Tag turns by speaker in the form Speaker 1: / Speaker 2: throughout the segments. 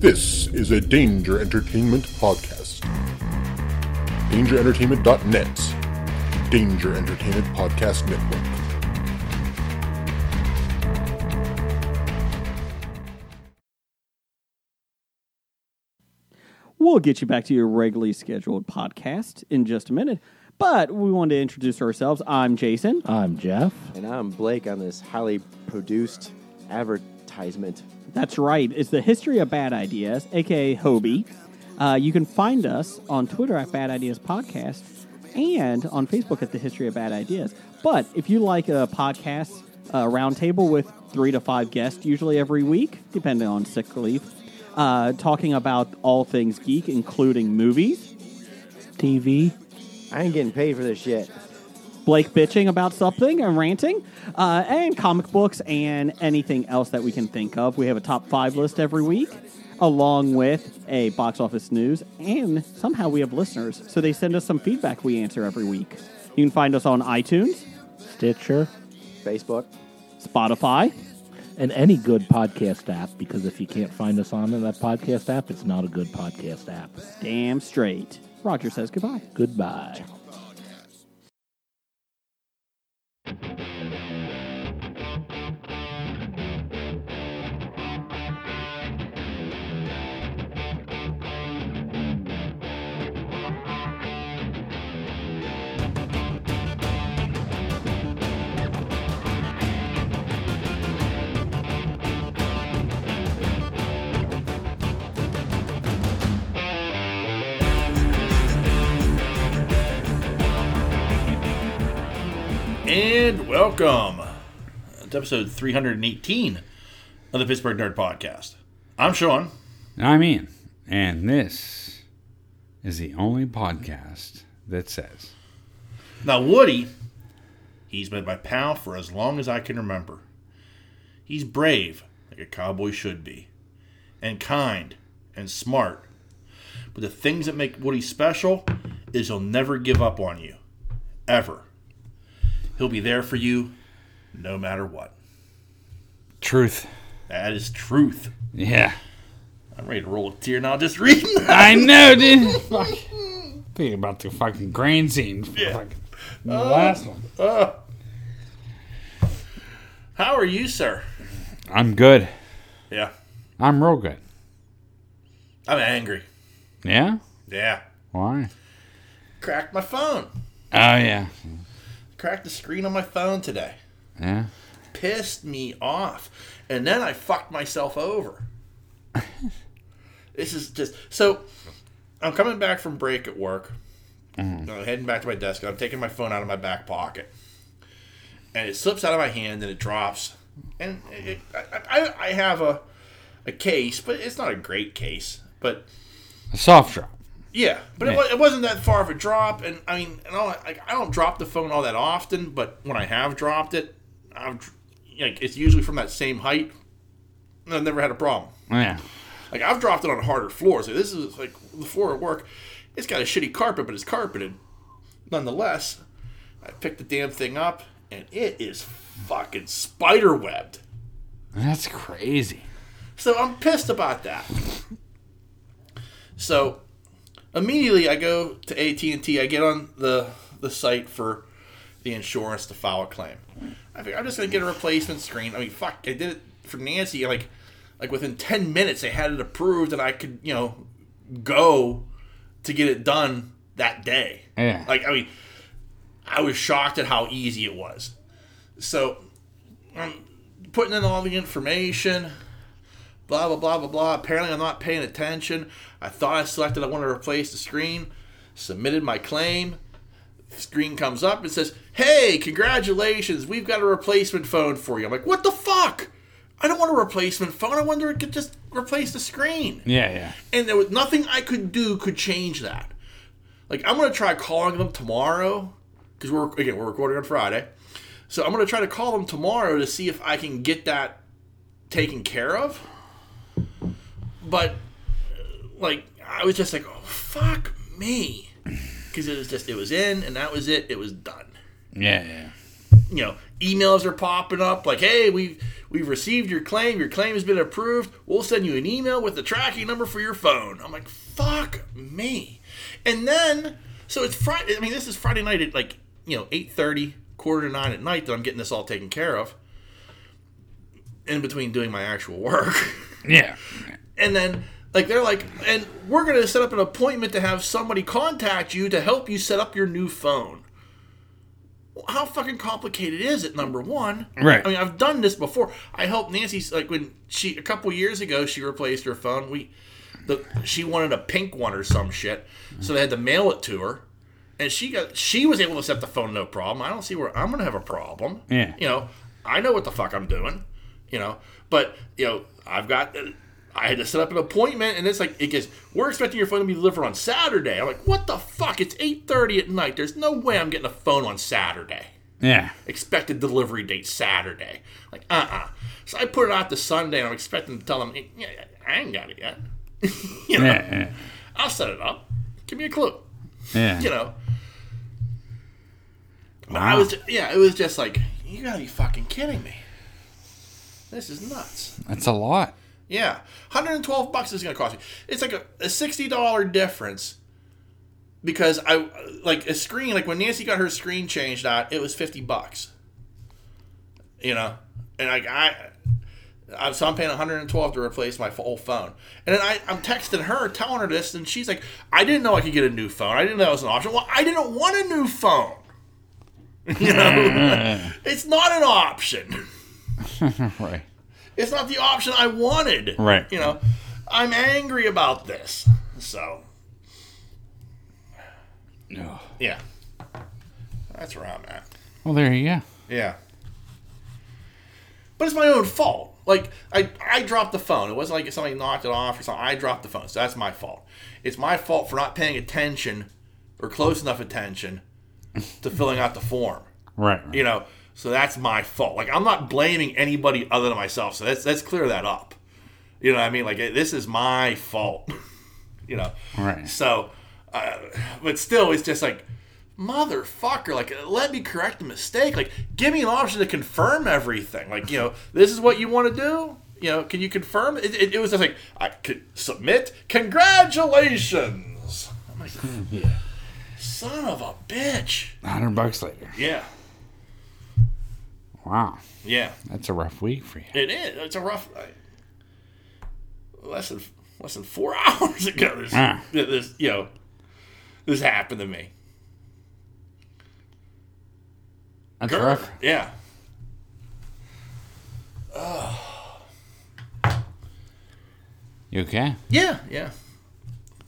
Speaker 1: This is a Danger Entertainment podcast. DangerEntertainment.net. Danger Entertainment Podcast Network.
Speaker 2: We'll get you back to your regularly scheduled podcast in just a minute. But we wanted to introduce ourselves. I'm Jason.
Speaker 3: I'm Jeff.
Speaker 4: And I'm Blake on this highly produced advertisement.
Speaker 2: That's right. It's the history of bad ideas, aka Hobie. Uh, you can find us on Twitter at Bad Ideas Podcast and on Facebook at the History of Bad Ideas. But if you like a podcast uh, roundtable with three to five guests, usually every week, depending on sick leave, uh, talking about all things geek, including movies,
Speaker 3: TV.
Speaker 4: I ain't getting paid for this shit.
Speaker 2: Blake bitching about something and ranting, uh, and comic books and anything else that we can think of. We have a top five list every week, along with a box office news, and somehow we have listeners. So they send us some feedback we answer every week. You can find us on iTunes,
Speaker 3: Stitcher,
Speaker 4: Facebook.
Speaker 2: Spotify,
Speaker 3: and any good podcast app, because if you can't find us on that podcast app, it's not a good podcast app.
Speaker 2: damn straight. Roger says goodbye.
Speaker 3: Goodbye.
Speaker 5: And welcome to episode 318 of the Pittsburgh Nerd Podcast. I'm Sean.
Speaker 6: I'm Ian, and this is the only podcast that says,
Speaker 5: Now, Woody, he's been my pal for as long as I can remember. He's brave, like a cowboy should be, and kind and smart. But the things that make Woody special is he'll never give up on you, ever. He'll be there for you no matter what.
Speaker 6: Truth.
Speaker 5: That is truth.
Speaker 6: Yeah.
Speaker 5: I'm ready to roll a tear now just reading that.
Speaker 6: I know, dude. Fuck. Thinking about the fucking grain scene. Fucking- the last one.
Speaker 5: How are you, sir?
Speaker 6: I'm good.
Speaker 5: Yeah.
Speaker 6: I'm real good.
Speaker 5: I'm angry.
Speaker 6: Yeah?
Speaker 5: Yeah.
Speaker 6: Why?
Speaker 5: Cracked my phone.
Speaker 6: Oh, yeah.
Speaker 5: Cracked the screen on my phone today.
Speaker 6: Yeah.
Speaker 5: Pissed me off. And then I fucked myself over. this is just so I'm coming back from break at work. I'm heading back to my desk and I'm taking my phone out of my back pocket. And it slips out of my hand and it drops. And it, I, I, I have a a case, but it's not a great case. But
Speaker 6: A soft drop.
Speaker 5: Yeah, but It,
Speaker 6: Yeah.
Speaker 5: wa- it wasn't that far of a drop, and I mean, and all, like, I don't drop the phone all that often, but when I have dropped it, I've dr- like it's usually from that same height. and I've never had a problem.
Speaker 6: Yeah.
Speaker 5: Like I've dropped it on harder floors. Like, this is like the floor at work. It's got a shitty carpet, but it's carpeted. Nonetheless, I picked the damn thing up, and it is fucking spider webbed.
Speaker 6: That's crazy.
Speaker 5: So I'm pissed about that. So immediately I go to AT&T. I get on the the site for the insurance to file a claim. I think I'm just gonna get a replacement screen. I mean, fuck, I did it for Nancy. Like, like within ten minutes, they had it approved, and I could, you know, go to get it done that day.
Speaker 6: Yeah.
Speaker 5: Like, I mean, I was shocked at how easy it was. So, I'm putting in all the information blah blah blah blah blah. Apparently, I'm not paying attention. I thought I selected I want to replace the screen. Submitted my claim. Screen comes up and says, "Hey, congratulations! We've got a replacement phone for you." I'm like, "What the fuck? I don't want a replacement phone. I wonder if it could just replace the screen."
Speaker 6: Yeah, yeah.
Speaker 5: And there was nothing I could do could change that. Like, I'm gonna try calling them tomorrow because we're again we're recording on Friday, so I'm gonna try to call them tomorrow to see if I can get that taken care of but uh, like I was just like, oh fuck me, because it was just it was in and that was it. It was done.
Speaker 6: Yeah, yeah.
Speaker 5: You know, emails are popping up like, hey, we We've received your claim. Your claim has been approved. We'll send you an email with the tracking number for your phone. I'm like, fuck me. And then, so it's Friday. I mean, this is Friday night at like you know 8:30, quarter to nine at night that I'm getting this all taken care of. In between doing my actual work.
Speaker 6: Yeah.
Speaker 5: and then like they're like and we're going to set up an appointment to have somebody contact you to help you set up your new phone well, how fucking complicated is it number one
Speaker 6: Right.
Speaker 5: i mean i've done this before i helped nancy like when she a couple years ago she replaced her phone we the, she wanted a pink one or some shit so they had to mail it to her and she got she was able to set the phone no problem i don't see where i'm going to have a problem
Speaker 6: Yeah.
Speaker 5: you know i know what the fuck i'm doing you know but you know i've got i had to set up an appointment and it's like it gets we're expecting your phone to be delivered on saturday i'm like what the fuck it's 8.30 at night there's no way i'm getting a phone on saturday
Speaker 6: Yeah.
Speaker 5: expected delivery date saturday like uh-uh so i put it out to sunday and i'm expecting to tell them "Eh, yeah, i ain't got it yet you know
Speaker 6: Yeah.
Speaker 5: i'll set it up give me a clue
Speaker 6: Yeah.
Speaker 5: you know but I
Speaker 6: Ah.
Speaker 5: was, yeah, it was just like, you gotta be fucking kidding me. This is nuts.
Speaker 6: That's a lot.
Speaker 5: Yeah, 112 bucks is gonna cost you. It's like a, a $60 difference because I like a screen. Like when Nancy got her screen changed out, it was 50 bucks. You know, and like I. I'm, so I'm paying 112 to replace my old phone, and then I, I'm texting her, telling her this, and she's like, "I didn't know I could get a new phone. I didn't know that was an option. Well, I didn't want a new phone. You know, it's not an option."
Speaker 6: Right.
Speaker 5: It's not the option I wanted.
Speaker 6: Right.
Speaker 5: You know, I'm angry about this. So,
Speaker 6: Ugh.
Speaker 5: yeah. That's where I'm at.
Speaker 6: Well, there you go.
Speaker 5: Yeah. But it's my own fault. Like, I, I dropped the phone. It wasn't like somebody knocked it off or something. I dropped the phone. So that's my fault. It's my fault for not paying attention or close enough attention to filling out the form.
Speaker 6: Right. right.
Speaker 5: You know, so that's my fault. Like I'm not blaming anybody other than myself. So let's let's clear that up. You know what I mean? Like eh, this is my fault. you know.
Speaker 6: Right.
Speaker 5: So, uh, but still, it's just like motherfucker. Like let me correct the mistake. Like give me an option to confirm everything. Like you know, this is what you want to do. You know, can you confirm? It, it, it was just like I could submit. Congratulations. I'm like, son of a bitch.
Speaker 6: 100 bucks later.
Speaker 5: Yeah.
Speaker 6: Wow.
Speaker 5: Yeah.
Speaker 6: That's a rough week for you.
Speaker 5: It is. It's a rough. I- less than less than four hours ago, this,
Speaker 6: Ah.
Speaker 5: this you know, this happened to me.
Speaker 6: That's
Speaker 5: Grr.
Speaker 6: rough.
Speaker 5: Yeah.
Speaker 6: You okay?
Speaker 5: Yeah. Yeah.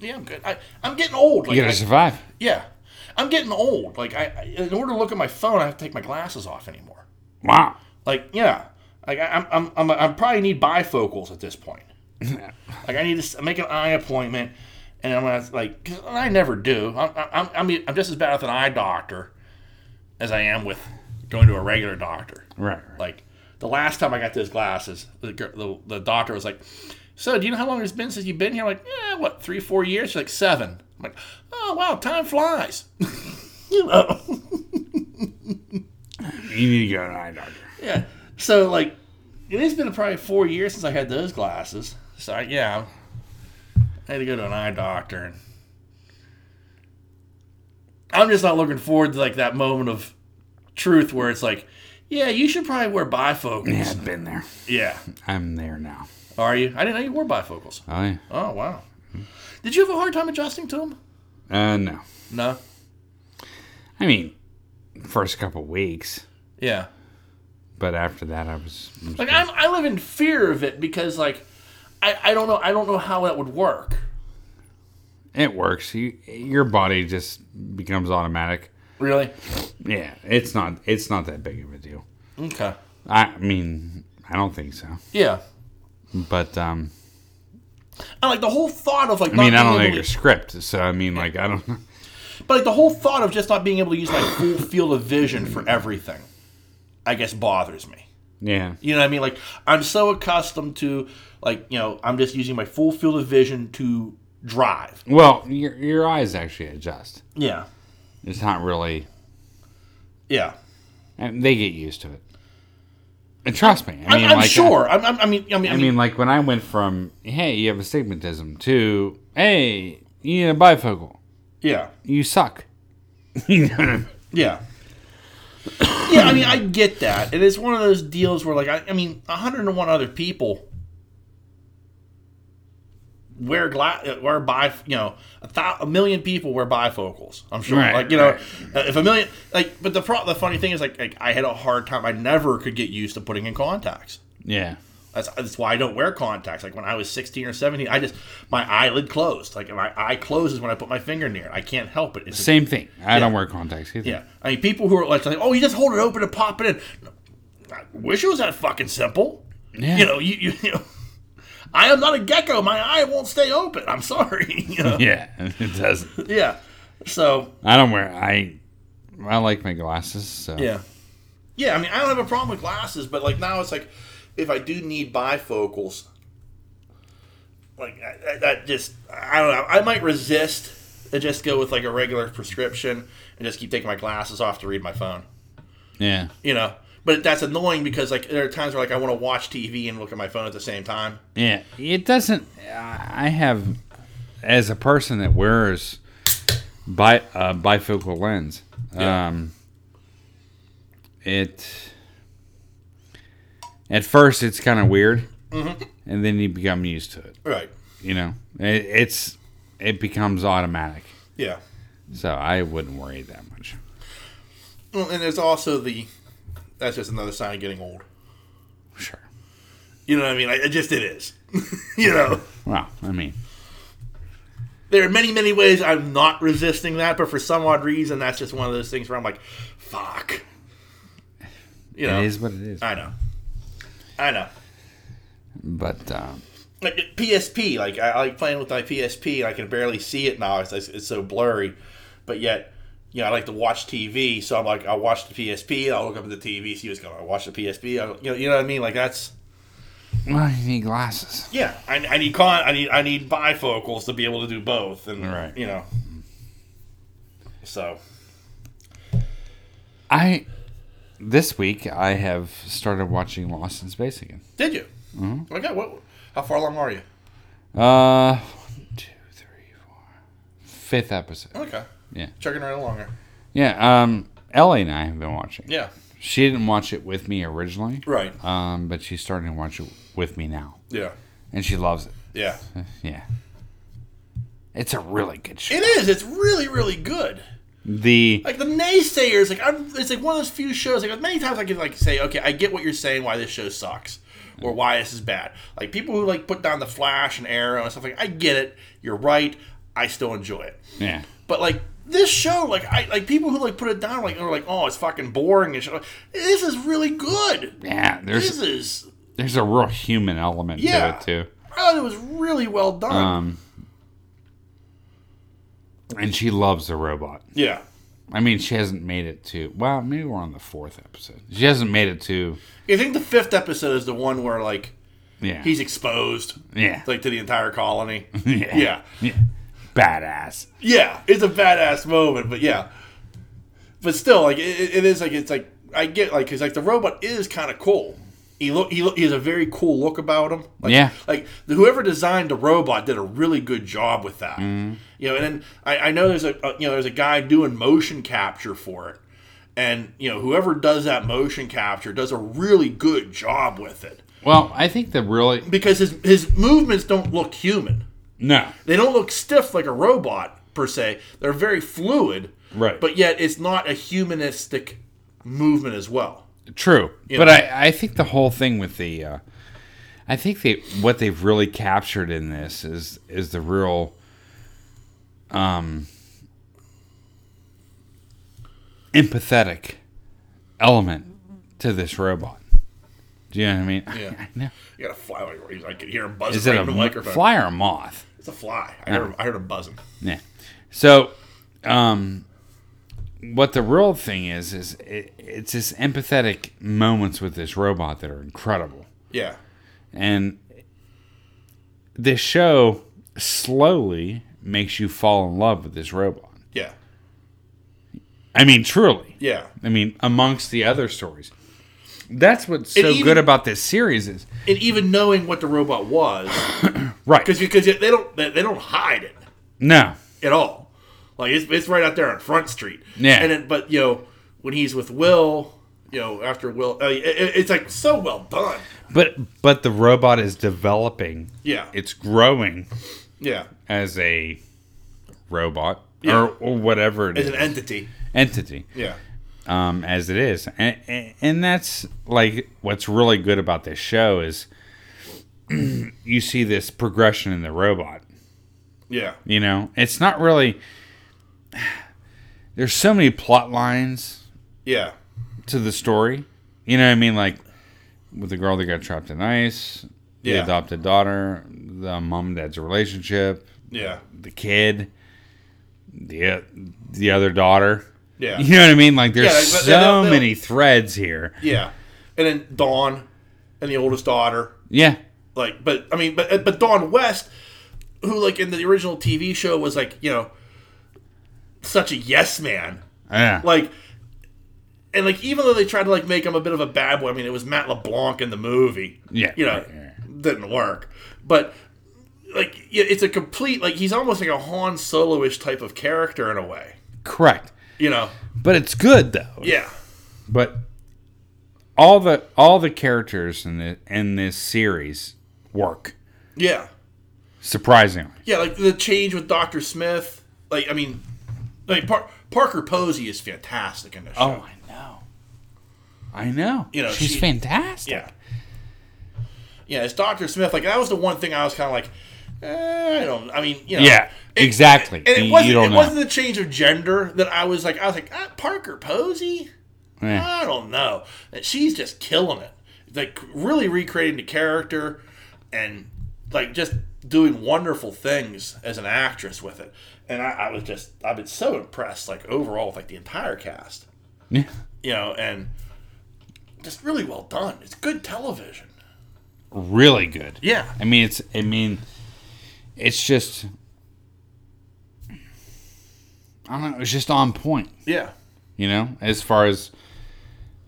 Speaker 5: Yeah. I'm good. I, I'm getting old. Like,
Speaker 6: You gotta
Speaker 5: I-
Speaker 6: survive.
Speaker 5: yeah. I'm getting old. Like I, I, in order to look at my phone, I have to take my glasses off anymore.
Speaker 6: Wow.
Speaker 5: Like yeah. Like I, I'm, I'm, I'm, I probably need bifocals at this point. Like I need to s- make an eye appointment, and I'm gonna like 'cause I never do. I'm I'm I'm, I'm just as bad with an eye doctor as I am with going to a regular doctor.
Speaker 6: Right. right.
Speaker 5: Like the last time I got those glasses, the gir- the, the doctor was like, "So do you know how long it's been since you've been here?" I'm like, "Yeah, what three four years?" She's like, seven. I'm like, "Oh wow, time flies." you know.
Speaker 6: You need to go to an eye doctor.
Speaker 5: Yeah. So like, it has been probably four years since I had those glasses. So I, yeah, I had to go to an eye doctor. And I'm just not looking forward to like that moment of truth where it's like, yeah, you should probably wear
Speaker 6: Yeah,
Speaker 5: bifocals.
Speaker 6: I've been there.
Speaker 5: Yeah.
Speaker 6: I'm there now.
Speaker 5: Are you? I didn't know you wore bifocals.
Speaker 6: Oh, yeah.
Speaker 5: Oh wow. Did you have a hard time adjusting to them?
Speaker 6: Uh, no.
Speaker 5: No.
Speaker 6: I mean, first couple weeks,
Speaker 5: Yeah.
Speaker 6: but after that, I was. I was
Speaker 5: Like I'm, I live in fear of it because like, I, I don't know I don't know how that would work.
Speaker 6: it works. You, your body just becomes automatic.
Speaker 5: Really?
Speaker 6: Yeah, it's not. It's not that big of a deal.
Speaker 5: Okay.
Speaker 6: I mean, I don't think so.
Speaker 5: Yeah.
Speaker 6: But um,
Speaker 5: And like the whole thought of like
Speaker 6: I mean,
Speaker 5: not
Speaker 6: I don't
Speaker 5: being
Speaker 6: know
Speaker 5: able
Speaker 6: your
Speaker 5: to,
Speaker 6: script, so I mean, like, I don't.
Speaker 5: but like the whole thought of just not being able to use my full field of vision for everything, I guess bothers me.
Speaker 6: Yeah,
Speaker 5: You know what I mean? Like I'm so accustomed to like you know I'm just using my full field of vision to drive.
Speaker 6: Well, your your eyes actually adjust.
Speaker 5: Yeah,
Speaker 6: It's not really.
Speaker 5: yeah,
Speaker 6: And they get used to it. And trust me, I
Speaker 5: I
Speaker 6: mean,
Speaker 5: am
Speaker 6: like,
Speaker 5: sure. I'm, I'm, I mean, I mean,
Speaker 6: I mean, like when I went from "Hey, you have astigmatism" to "Hey, you need a bifocal.
Speaker 5: yeah,
Speaker 6: You suck." You know what I mean?
Speaker 5: yeah, yeah. I mean, I get that, and it's one of those deals where, like, I, I mean, 101 other people wear glass, wear bi, you know, a, thou- a million people wear bifocals. I'm sure,
Speaker 6: Right,
Speaker 5: like, you know,
Speaker 6: right.
Speaker 5: uh, if a million, like, but the pro- the funny thing is, like, like, I had a hard time. I never could get used to putting in contacts.
Speaker 6: yeah,
Speaker 5: That's, that's why I don't wear contacts. Like when I was 16 or 17, I just my eyelid closed. Like my eye closes when I put my finger near it. I can't help it. It's a-
Speaker 6: same thing. I don't wear contacts either.
Speaker 5: yeah. I mean, people who are like, like, oh, you just hold it open and pop it in. I wish it was that fucking simple.
Speaker 6: Yeah.
Speaker 5: You know, you you, you know, I am not a gecko. My eye won't stay open. I'm sorry. you know?
Speaker 6: yeah, it doesn't.
Speaker 5: yeah. So
Speaker 6: I don't wear. I I like my glasses. So
Speaker 5: Yeah. Yeah, I mean, I don't have a problem with glasses, but like now it's like, if I do need bifocals, like I- I- that just I don't know. I might resist and just go with like a regular prescription and just keep taking my glasses off to read my phone.
Speaker 6: yeah,
Speaker 5: You know, but that's annoying because like there are times where like I want to watch TV and look at my phone at the same time.
Speaker 6: yeah. It doesn't. I have as a person that wears bi a bifocal lens.
Speaker 5: Yeah.
Speaker 6: Um, it at first it's kind of weird, and then you become used to it.
Speaker 5: Right.
Speaker 6: You know, it, it's it becomes automatic.
Speaker 5: Yeah.
Speaker 6: So I wouldn't worry that much.
Speaker 5: Well, and there's also the that's just another sign of getting old.
Speaker 6: Sure.
Speaker 5: You know what I mean? I, it just it is. you know.
Speaker 6: Well, I mean,
Speaker 5: there are many, many ways I'm not resisting that, but for some odd reason, that's just one of those things where I'm like, fuck. You know,
Speaker 6: it is what it is.
Speaker 5: I know, I know.
Speaker 6: But um,
Speaker 5: Like uh, PSP, like I, I like playing with my PSP, and I can barely see it now. It's, it's, it's so blurry, but yet, you know, I like to watch TV, so I'm like, I watch the PSP, I'll look up at the TV, see what's going on. I watch the PSP, I, you know, you know what I mean? Like that's
Speaker 6: well, you need glasses.
Speaker 5: yeah. I, I need con, I need I need bifocals to be able to do both, and
Speaker 6: Right.
Speaker 5: you know, so
Speaker 6: I this week I have started watching Lost in Space again.
Speaker 5: Did you? Mm-hmm. Okay. What? How far along are you?
Speaker 6: Uh, one, two, three, four, fifth episode.
Speaker 5: Okay.
Speaker 6: Yeah.
Speaker 5: Chugging right along there.
Speaker 6: Yeah. Um, Ellie and I have been watching.
Speaker 5: Yeah.
Speaker 6: She didn't watch it with me originally.
Speaker 5: Right.
Speaker 6: Um, but she's starting to watch it with me now,
Speaker 5: Yeah.
Speaker 6: and she loves it. Uh,
Speaker 5: Yeah.
Speaker 6: Yeah. It's a really good show.
Speaker 5: It is. It's really, really good.
Speaker 6: The
Speaker 5: Like the naysayers, like I'm. It's like one of those few shows. Like many times I can like say, okay, I get what you're saying. Why this show sucks, or why this is bad. Like people who like put down the Flash and Arrow and stuff. Like I get it. You're right. I still enjoy it.
Speaker 6: yeah.
Speaker 5: But like this show, like I like people who like put it down, like are like, oh, it's fucking boring and shit. Like, This is really good.
Speaker 6: Yeah, there's
Speaker 5: This is
Speaker 6: there's a real human element
Speaker 5: Yeah.
Speaker 6: to it too.
Speaker 5: I thought it was really well done.
Speaker 6: Um, and she loves the robot.
Speaker 5: yeah.
Speaker 6: I mean, she hasn't made it to. Well, maybe we're on the fourth episode. She hasn't made it to.
Speaker 5: You think the fifth episode is the one where like
Speaker 6: Yeah,
Speaker 5: he's exposed
Speaker 6: yeah,
Speaker 5: like to the entire colony?
Speaker 6: yeah,
Speaker 5: yeah.
Speaker 6: badass.
Speaker 5: Yeah. It's a badass moment, but yeah. But still, like it, it- it is like it's like I get like because like the robot is kind of cool. He look he, look, he has a very cool look about him. Like,
Speaker 6: Yeah.
Speaker 5: Like whoever designed the robot did a really good job with that. You know, and then I, I know there's a uh, you know there's a guy doing motion capture for it, and you know whoever does that motion capture does a really good job with it.
Speaker 6: Well, I think the really
Speaker 5: because his his movements don't look human.
Speaker 6: no.
Speaker 5: They don't look stiff like a robot per se. They're very fluid,
Speaker 6: Right.
Speaker 5: But yet it's not a humanistic movement as well.
Speaker 6: True, but I, I think the whole thing with the, uh, I think they what they've really captured in this is is the real, um, empathetic element to this robot. Do you know what I mean?
Speaker 5: Yeah.
Speaker 6: I know.
Speaker 5: You got a fly. Like, I could hear him buzzing
Speaker 6: Is it
Speaker 5: right
Speaker 6: a
Speaker 5: in the
Speaker 6: mo-
Speaker 5: microphone.
Speaker 6: fly or a moth?
Speaker 5: It's a fly. I heard, him, I heard him buzzing.
Speaker 6: Yeah. So, um, what the real thing is is it, it's this empathetic moments with this robot that are incredible.
Speaker 5: Yeah.
Speaker 6: And this show slowly makes you fall in love with this robot.
Speaker 5: Yeah.
Speaker 6: I mean, truly.
Speaker 5: Yeah.
Speaker 6: I mean, amongst the other stories. That's what's so
Speaker 5: And even-
Speaker 6: good about this series is
Speaker 5: and even knowing what the robot was,
Speaker 6: right.
Speaker 5: because because they don't they, they don't hide it
Speaker 6: No,
Speaker 5: at all. Like it's, it's right out there on Front Street.
Speaker 6: Yeah.
Speaker 5: And then, but you know when he's with Will, you know after Will, uh, it, it- it's like so well done.
Speaker 6: but but the robot is developing.
Speaker 5: Yeah.
Speaker 6: it's growing
Speaker 5: Yeah.
Speaker 6: as a robot
Speaker 5: Yeah.
Speaker 6: or, or whatever it
Speaker 5: As
Speaker 6: is,
Speaker 5: an entity.
Speaker 6: entity.
Speaker 5: Yeah.
Speaker 6: um, as it is, and, and, and that's like what's really good about this show is you see this progression in the robot.
Speaker 5: Yeah.
Speaker 6: You know, it's not really. There's so many plot lines
Speaker 5: Yeah.
Speaker 6: to the story. You know what I mean? Like with the girl that got trapped in ice, the
Speaker 5: Yeah.
Speaker 6: adopted daughter, the mom and dad's relationship,
Speaker 5: Yeah.
Speaker 6: the kid, the the other daughter.
Speaker 5: Yeah.
Speaker 6: You know what I mean? Like there's
Speaker 5: Yeah, like,
Speaker 6: so
Speaker 5: they'll- they'll-
Speaker 6: many threads here.
Speaker 5: Yeah. And then Dawn and the oldest daughter.
Speaker 6: Yeah.
Speaker 5: Like, but I mean, but but Dawn West, who like in the original TV show was like you know such a yes man,
Speaker 6: Yeah.
Speaker 5: like. And like, even though they tried to like make him a bit of a bad boy, I mean, it was Matt LeBlanc in the movie.
Speaker 6: Yeah,
Speaker 5: you know,
Speaker 6: right,
Speaker 5: didn't work. But like, yeah, it's a complete like he's almost like a Han Solo-ish type of character in a way.
Speaker 6: Correct.
Speaker 5: You know?
Speaker 6: But it's good though.
Speaker 5: Yeah,
Speaker 6: But all the all the characters in the in this series work
Speaker 5: yeah.
Speaker 6: surprisingly.
Speaker 5: Yeah, like the change with Doctor Smith. Like, I mean, I mean, Par- Parker Posey is fantastic in this show.
Speaker 6: I know. I know.
Speaker 5: Oh, You know,
Speaker 6: she's
Speaker 5: she-
Speaker 6: fantastic.
Speaker 5: yeah, yeah. It's Doctor Smith. Like that was the one thing I was kind of like, eh, I don't. I mean, you know,
Speaker 6: Yeah, exactly.
Speaker 5: And it
Speaker 6: You-
Speaker 5: wasn't.
Speaker 6: you don't
Speaker 5: it
Speaker 6: know.
Speaker 5: wasn't the change of gender that I was like. I was like, ah, Parker Posey.
Speaker 6: Yeah.
Speaker 5: I don't know. And she's just killing it. Like really recreating the character and like just doing wonderful things as an actress with it. And I, I was just I've been so impressed like overall with like the entire cast.
Speaker 6: Yeah.
Speaker 5: You know, and just really well done. It's good television.
Speaker 6: Really good.
Speaker 5: Yeah.
Speaker 6: I mean it's I mean it's just I don't know, it's just on point.
Speaker 5: Yeah.
Speaker 6: you know as far as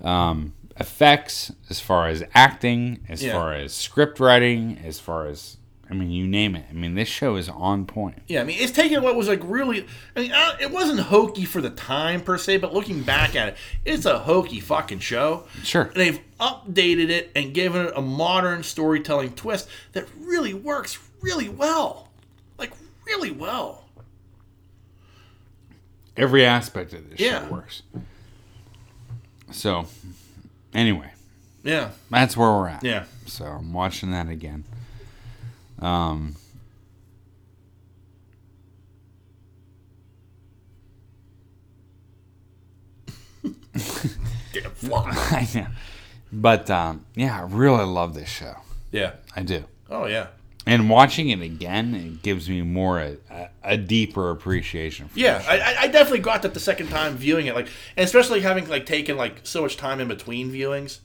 Speaker 6: um, effects as far as acting as
Speaker 5: Yeah.
Speaker 6: far as script writing as far as i mean you name it i mean this show is on point
Speaker 5: Yeah, I mean, it's taking what was like really. I mean, uh, it wasn't hokey for the time per se, but looking back at it, it's a hokey fucking show.
Speaker 6: Sure.
Speaker 5: They've updated it and given it a modern storytelling twist that really works really well. Like, really well.
Speaker 6: every aspect of this
Speaker 5: Yeah.
Speaker 6: show works so anyway
Speaker 5: Yeah,
Speaker 6: that's where we're at
Speaker 5: yeah.
Speaker 6: so i'm watching that again um
Speaker 5: Damn fly.
Speaker 6: I know. but um yeah i really love this show
Speaker 5: Yeah.
Speaker 6: i do
Speaker 5: Oh, yeah.
Speaker 6: and watching it again it gives me more a, a, a deeper appreciation for
Speaker 5: Yeah, I, I- I definitely got that the second time viewing it, like, and especially having like taken like so much time in between viewings.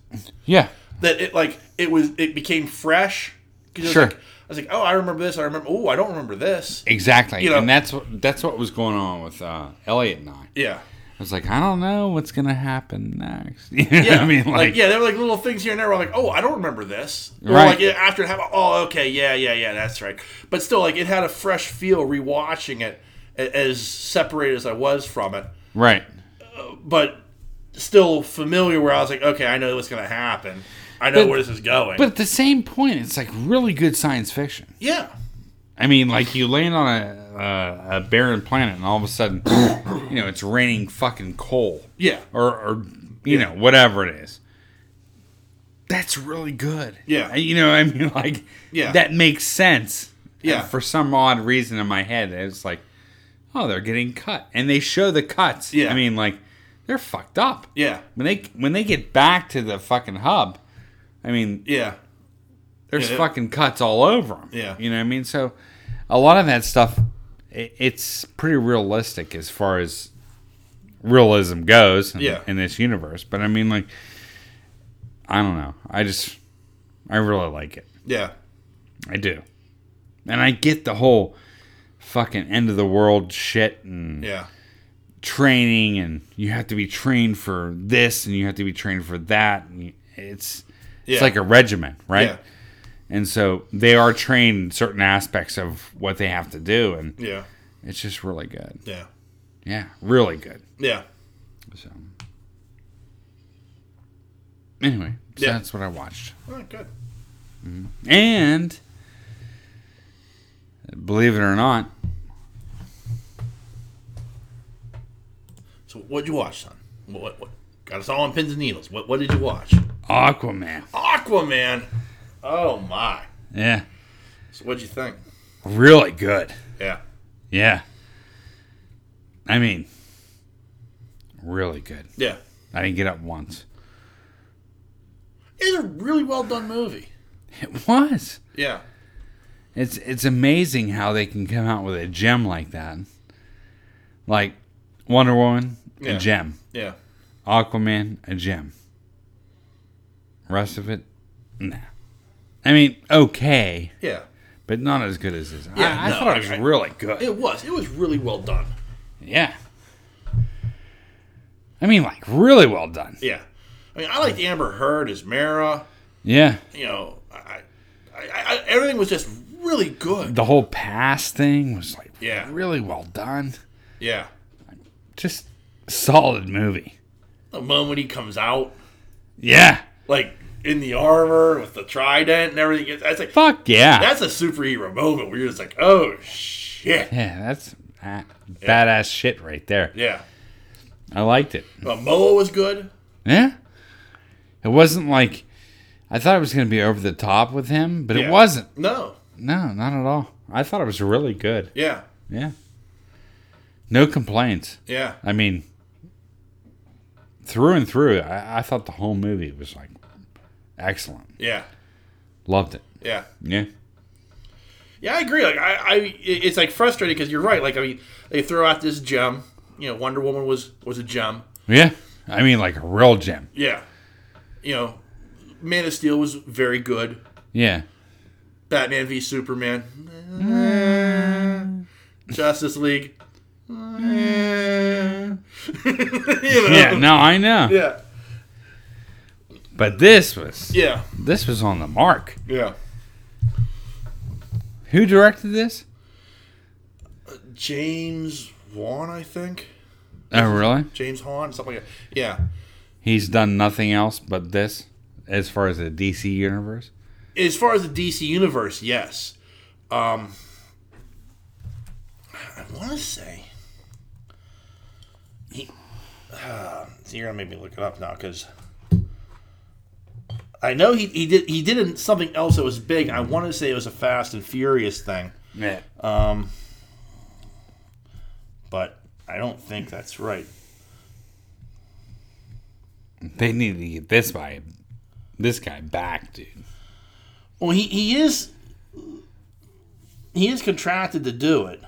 Speaker 6: Yeah.
Speaker 5: that it like it was it became fresh. 'Cause it was
Speaker 6: Sure.
Speaker 5: like- I was like, oh, I remember this. I remember. Oh, I don't remember this.
Speaker 6: Exactly.
Speaker 5: You know-
Speaker 6: and that's what that's what was going on with uh, Elliot and I.
Speaker 5: Yeah.
Speaker 6: I was like, I don't know what's gonna happen next. You know
Speaker 5: Yeah,
Speaker 6: what I mean? Like,
Speaker 5: yeah, there were like little things here and there. Where I'm like, oh, I don't remember this. Or
Speaker 6: Right.
Speaker 5: like yeah, after it happened, oh, okay, yeah, yeah, yeah, that's right. But still, like it had a fresh feel rewatching it, a- as separated as I was from it,
Speaker 6: Right.
Speaker 5: but still familiar. Where I was like, okay, I know what's gonna happen. I know
Speaker 6: But-
Speaker 5: where this is going.
Speaker 6: But at the same point, it's like really good science fiction.
Speaker 5: yeah,
Speaker 6: I mean, like you land on a uh, a, a barren planet, and all of a sudden, you know, it's raining fucking coal.
Speaker 5: yeah,
Speaker 6: Or, or you know, whatever it is. That's really good.
Speaker 5: Yeah.
Speaker 6: You know, I mean, like,
Speaker 5: Yeah.
Speaker 6: that makes sense.
Speaker 5: Yeah.
Speaker 6: And for some odd reason in my head, it's like, oh, they're getting cut, and they show the cuts.
Speaker 5: Yeah.
Speaker 6: I mean, like, they're fucked up.
Speaker 5: yeah,
Speaker 6: When they when they get back to the fucking hub, I mean,
Speaker 5: yeah,
Speaker 6: there's
Speaker 5: Yeah.
Speaker 6: fucking cuts all over them.
Speaker 5: Yeah.
Speaker 6: You know what I mean? So a lot of that stuff, it, it's pretty realistic as far as realism goes in,
Speaker 5: Yeah.
Speaker 6: in this universe. But I mean, like, I don't know. I just, I really like it.
Speaker 5: yeah,
Speaker 6: I do. And I get the whole fucking end of the world shit and
Speaker 5: yeah,
Speaker 6: training and you have to be trained for this and you have to be trained for that and, it's
Speaker 5: Yeah.
Speaker 6: it's like a regiment, right?
Speaker 5: Yeah.
Speaker 6: And so they are trained in certain aspects of what they have to do, and
Speaker 5: Yeah.
Speaker 6: it's just really good.
Speaker 5: Yeah.
Speaker 6: Yeah, really good.
Speaker 5: Yeah.
Speaker 6: So anyway, so
Speaker 5: Yeah.
Speaker 6: that's what I watched,
Speaker 5: All right, good.
Speaker 6: and believe it or not,
Speaker 5: So what'd you watch, son? What, what, what? Got us all on pins and needles. What, what did you watch?
Speaker 6: Aquaman.
Speaker 5: Aquaman. Oh my.
Speaker 6: Yeah,
Speaker 5: So what'd you think?
Speaker 6: really good.
Speaker 5: Yeah.
Speaker 6: Yeah. I mean, really good.
Speaker 5: Yeah.
Speaker 6: I didn't get up once.
Speaker 5: It's a really well done movie.
Speaker 6: It was.
Speaker 5: Yeah.
Speaker 6: It's it's amazing how they can come out with a gem like that. Like Wonder Woman,
Speaker 5: Yeah.
Speaker 6: a gem.
Speaker 5: Yeah.
Speaker 6: Aquaman, a gem. Rest of it, nah. I mean, okay,
Speaker 5: Yeah.
Speaker 6: but not as good as this.
Speaker 5: Yeah,
Speaker 6: I, I
Speaker 5: no,
Speaker 6: thought it was
Speaker 5: I-
Speaker 6: really good.
Speaker 5: It was. It was really well done.
Speaker 6: yeah. I mean, like really well done.
Speaker 5: Yeah. I mean, I liked Amber Heard as Mara.
Speaker 6: Yeah.
Speaker 5: You know, I, I, I, I everything was just really good.
Speaker 6: the whole past thing was like
Speaker 5: Yeah.
Speaker 6: really well done.
Speaker 5: Yeah.
Speaker 6: Just solid movie.
Speaker 5: The moment he comes out,
Speaker 6: Yeah.
Speaker 5: like in the armor with the trident and everything, that's like
Speaker 6: Fuck yeah.
Speaker 5: that's a superhero moment where you're just like, oh shit.
Speaker 6: yeah, that's uh, badass shit right there.
Speaker 5: Yeah.
Speaker 6: I liked it.
Speaker 5: Uh, Moa was good.
Speaker 6: Yeah. It wasn't like I thought it was going to be over the top with him, but
Speaker 5: Yeah.
Speaker 6: it wasn't.
Speaker 5: No.
Speaker 6: No, not at all. I thought it was really good.
Speaker 5: Yeah.
Speaker 6: Yeah. No complaints.
Speaker 5: Yeah.
Speaker 6: I mean, through and through, I, I thought the whole movie was like excellent.
Speaker 5: Yeah.
Speaker 6: Loved it.
Speaker 5: Yeah.
Speaker 6: Yeah.
Speaker 5: Yeah, I agree. Like I, I it- it's like frustrating because you're right. Like I mean, they throw out this gem. You know, Wonder Woman was was a gem.
Speaker 6: Yeah. I mean, like a real gem.
Speaker 5: Yeah. You know, Man of Steel was very good.
Speaker 6: Yeah.
Speaker 5: Batman v Superman. Justice League. you know?
Speaker 6: Yeah. No, I know.
Speaker 5: Yeah.
Speaker 6: But this was
Speaker 5: Yeah.
Speaker 6: this was on the mark.
Speaker 5: Yeah.
Speaker 6: Who directed this?
Speaker 5: James Wan, I think.
Speaker 6: Oh, really?
Speaker 5: James Wan, something like that. Yeah.
Speaker 6: He's done nothing else but this, as far as the DC universe.
Speaker 5: as far as the DC universe, yes. Um, I want to say he. Uh, so you're gonna make me look it up now because I know he, he did he did something else that was big. I want to say it was a Fast and Furious thing,
Speaker 6: Yeah.
Speaker 5: but I don't think that's right.
Speaker 6: They need to get this guy, this guy back, dude.
Speaker 5: Well, he, he is he is contracted to do it.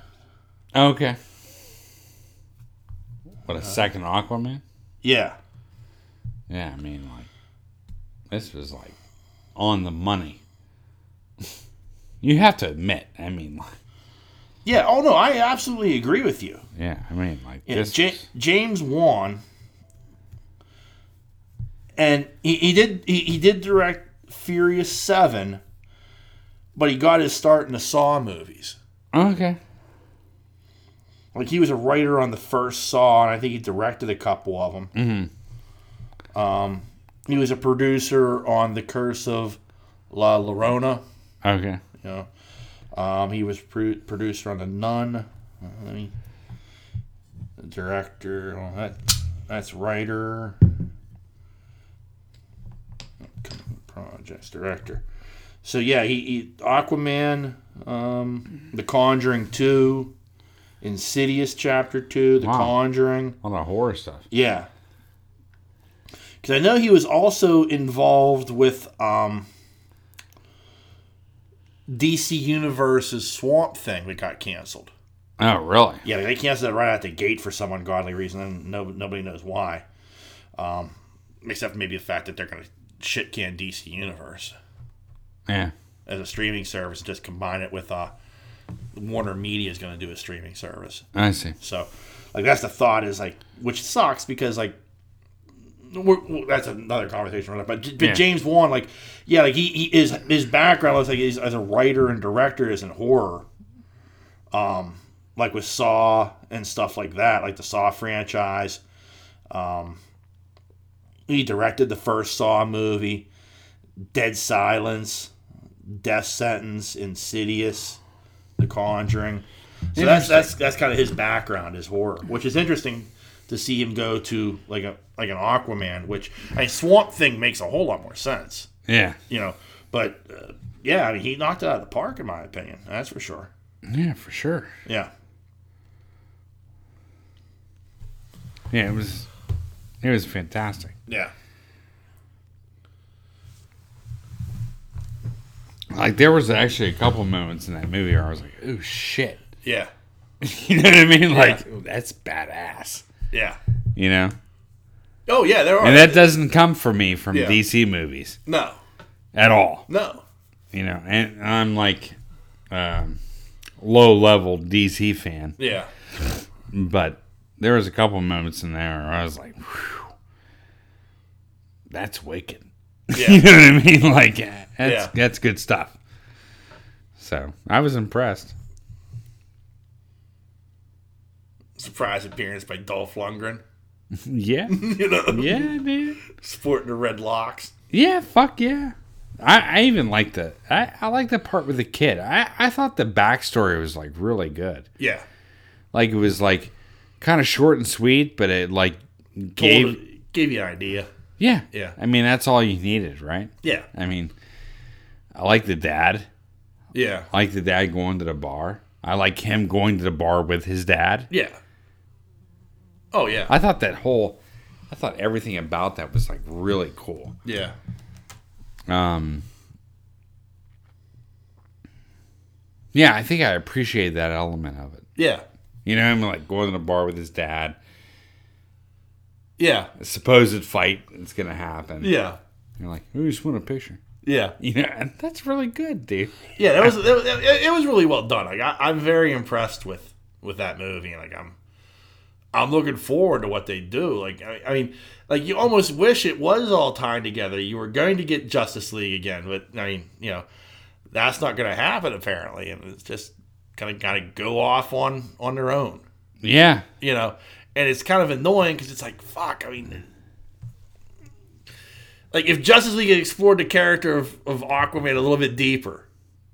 Speaker 6: Okay. Uh-huh. What a second Aquaman.
Speaker 5: Yeah,
Speaker 6: Yeah, I mean, like this was like on the money. you have to admit. I mean, like.
Speaker 5: yeah. Oh no, I absolutely agree with you.
Speaker 6: Yeah, I mean, like
Speaker 5: Yeah,
Speaker 6: this.
Speaker 5: Ja-
Speaker 6: was-
Speaker 5: James Wan, and he, he did he, he did direct Furious Seven, but he got his start in the Saw movies.
Speaker 6: okay.
Speaker 5: Like he was a writer on the first Saw, and I think he directed a couple of them. Mm-hmm. Um, he was a producer on The Curse of La Llorona.
Speaker 6: Okay.
Speaker 5: You know, um, he was pro- producer on The Nun. Uh, Let me. Director. Oh, that, that's writer. Upcoming Projects director. So yeah, he, he Aquaman, um, The Conjuring Two, Insidious Chapter Two, The
Speaker 6: Wow.
Speaker 5: Conjuring.
Speaker 6: All the horror stuff.
Speaker 5: Yeah. Because I know he was also involved with um, DC Universe's Swamp Thing that got canceled.
Speaker 6: Oh, really?
Speaker 5: Yeah, they canceled it right out the gate for some ungodly reason, and no, nobody knows why. Um, except maybe the fact that they're going to shit can DC Universe
Speaker 6: Yeah.
Speaker 5: as a streaming service, just combine it with uh, Warner Media is going to do a streaming service.
Speaker 6: I see.
Speaker 5: So, like, that's the thought is like, which sucks because like we're, well, that's another conversation, right? But but
Speaker 6: Yeah.
Speaker 5: James Wan, like, yeah, like he, he is his background looks like he's as a writer and director is in horror, um, like with Saw and stuff like that, like the Saw franchise. Um, he directed the first Saw movie, Dead Silence, Death Sentence, Insidious, The Conjuring. So that's that's that's kind of his background is horror, which is interesting to see him go to like a like an Aquaman, which I mean, Swamp Thing makes a whole lot more sense,
Speaker 6: Yeah.
Speaker 5: you know. But uh, yeah, I mean, he knocked it out of the park in my opinion. That's for sure.
Speaker 6: Yeah, for sure.
Speaker 5: Yeah,
Speaker 6: Yeah, it was it was fantastic.
Speaker 5: yeah,
Speaker 6: Like there was actually a couple moments in that movie where I was like, "Oh shit."
Speaker 5: yeah,
Speaker 6: You know what I mean? Like that's badass.
Speaker 5: yeah.
Speaker 6: You know?
Speaker 5: Oh yeah, there are.
Speaker 6: And that doesn't come for me from
Speaker 5: Yeah.
Speaker 6: DC movies
Speaker 5: no,
Speaker 6: at all.
Speaker 5: no.
Speaker 6: You know, and I'm like um low level DC fan,
Speaker 5: Yeah,
Speaker 6: but there was a couple moments in there where I was like, Whew, "That's wicked." you
Speaker 5: yeah,
Speaker 6: know what I mean? Like that's
Speaker 5: Yeah.
Speaker 6: that's good stuff. So I was impressed.
Speaker 5: surprise appearance by Dolph Lundgren,
Speaker 6: Yeah,
Speaker 5: you know,
Speaker 6: yeah, dude.
Speaker 5: sporting the red locks.
Speaker 6: Yeah, fuck yeah. I, I even liked the I, I like the part with the kid. I, I thought the backstory was like really good.
Speaker 5: Yeah,
Speaker 6: Like it was like kind of short and sweet, but it like gave
Speaker 5: Told- gave you an idea.
Speaker 6: yeah
Speaker 5: Yeah.
Speaker 6: I mean that's all you needed, right?
Speaker 5: Yeah,
Speaker 6: I mean, I like the dad.
Speaker 5: yeah,
Speaker 6: I like the dad going to the bar. I like him going to the bar with his dad.
Speaker 5: yeah. Oh yeah,
Speaker 6: I thought that whole, I thought everything about that was like really cool.
Speaker 5: yeah.
Speaker 6: Um, yeah, I think I appreciate that element of it.
Speaker 5: Yeah.
Speaker 6: You know, I'm like going to the bar with his dad.
Speaker 5: Yeah.
Speaker 6: A supposed fight that's gonna happen.
Speaker 5: Yeah.
Speaker 6: you're like, we just want a picture.
Speaker 5: Yeah.
Speaker 6: You know, and that's really good, dude.
Speaker 5: Yeah, that was, that was it was really well done. Like I, I'm very impressed with with that movie. Like I'm I'm looking forward to what they do. Like I, I mean, like you almost wish it was all tied together. You were going to get Justice League again, but I mean, you know, that's not going to happen apparently, and it's just kind of kind of go off on on their own.
Speaker 6: Yeah,
Speaker 5: you know and it's kind of annoying because it's like fuck i mean like if justice league had explored the character of, of aquaman a little bit deeper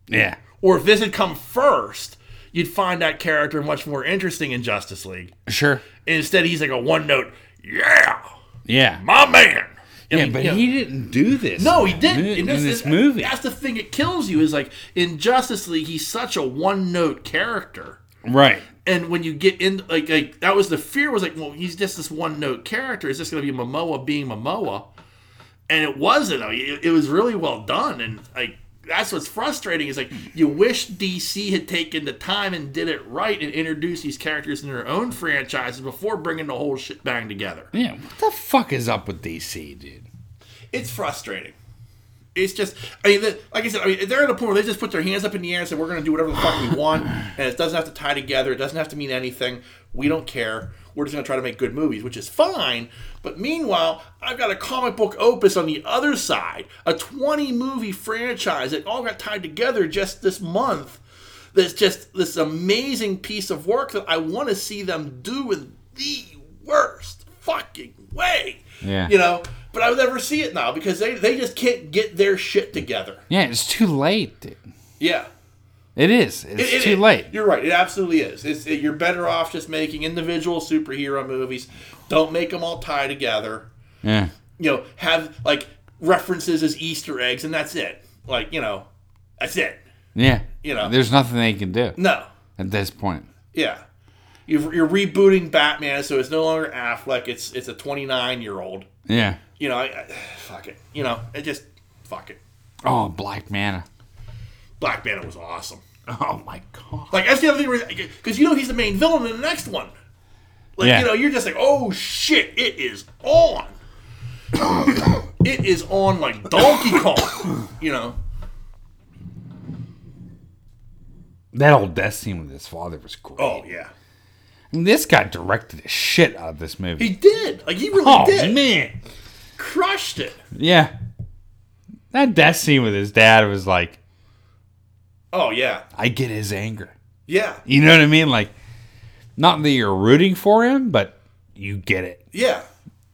Speaker 6: yeah,
Speaker 5: or if this had come first you'd find that character much more interesting in justice league
Speaker 6: sure,
Speaker 5: and instead he's like a one note yeah
Speaker 6: yeah,
Speaker 5: my man I
Speaker 6: yeah.
Speaker 5: mean,
Speaker 6: But
Speaker 5: you know-
Speaker 6: he didn't do this.
Speaker 5: no,
Speaker 6: in
Speaker 5: he
Speaker 6: that
Speaker 5: didn't.
Speaker 6: mo-
Speaker 5: And
Speaker 6: in
Speaker 5: that's-
Speaker 6: this
Speaker 5: that's-
Speaker 6: movie.
Speaker 5: That's the thing that kills you is like in Justice League, he's such a one note character.
Speaker 6: Right.
Speaker 5: and when you get in like like that was the fear was like well he's just this one note character is this going to be Momoa being Momoa and it wasn't I mean, it, it was really well done and like that's what's frustrating is like you wish DC had taken the time and did it right and introduced these characters in their own franchises before bringing the whole shit bang together
Speaker 6: Yeah. What the fuck is up with DC, dude?
Speaker 5: it's frustrating it's just, I mean, the, like I said, I mean, they're at a point where they just put their hands up in the air and say, "We're going to do whatever the fuck we want," and it doesn't have to tie together. It doesn't have to mean anything. We don't care. We're just going to try to make good movies, which is fine. But meanwhile, I've got a comic book opus on the other side, a 20 movie franchise that all got tied together just this month. That's just this amazing piece of work that I want to see them do in the worst fucking way.
Speaker 6: Yeah.
Speaker 5: You know. But I would never see it now because they, they just can't get their shit together.
Speaker 6: Yeah, it's too late, dude.
Speaker 5: Yeah.
Speaker 6: It is. It's
Speaker 5: It- it-
Speaker 6: too
Speaker 5: it-
Speaker 6: late.
Speaker 5: You're right. It absolutely is. It's, it- you're better off just making individual superhero movies. Don't make them all tie together.
Speaker 6: Yeah.
Speaker 5: You know, have like references as Easter eggs, and that's it. Like you know, that's it.
Speaker 6: Yeah.
Speaker 5: You know.
Speaker 6: there's nothing they can do
Speaker 5: No.
Speaker 6: at this point.
Speaker 5: Yeah. You're, you're rebooting Batman, so it's no longer Affleck. It's it's a 29 year old.
Speaker 6: Yeah.
Speaker 5: You know, I, I, fuck it. You know, it just fuck it.
Speaker 6: Oh, Black Mana.
Speaker 5: Black Panther was awesome.
Speaker 6: Oh my god.
Speaker 5: Like that's the other thing, because you know he's the main villain in the next one. Like
Speaker 6: Yeah.
Speaker 5: you know, you're just like, oh shit, it is on. it is on like Donkey Kong. You know,
Speaker 6: That old death scene with his father was great.
Speaker 5: oh yeah,
Speaker 6: And this guy directed the shit out of this
Speaker 5: he
Speaker 6: movie.
Speaker 5: did. Like he really
Speaker 6: oh
Speaker 5: did.
Speaker 6: man.
Speaker 5: crushed it.
Speaker 6: Yeah. That death scene with his dad was like,
Speaker 5: Oh yeah,
Speaker 6: I get his anger.
Speaker 5: yeah,
Speaker 6: You know what I mean? Like, not that you're rooting for him, but you get it.
Speaker 5: yeah.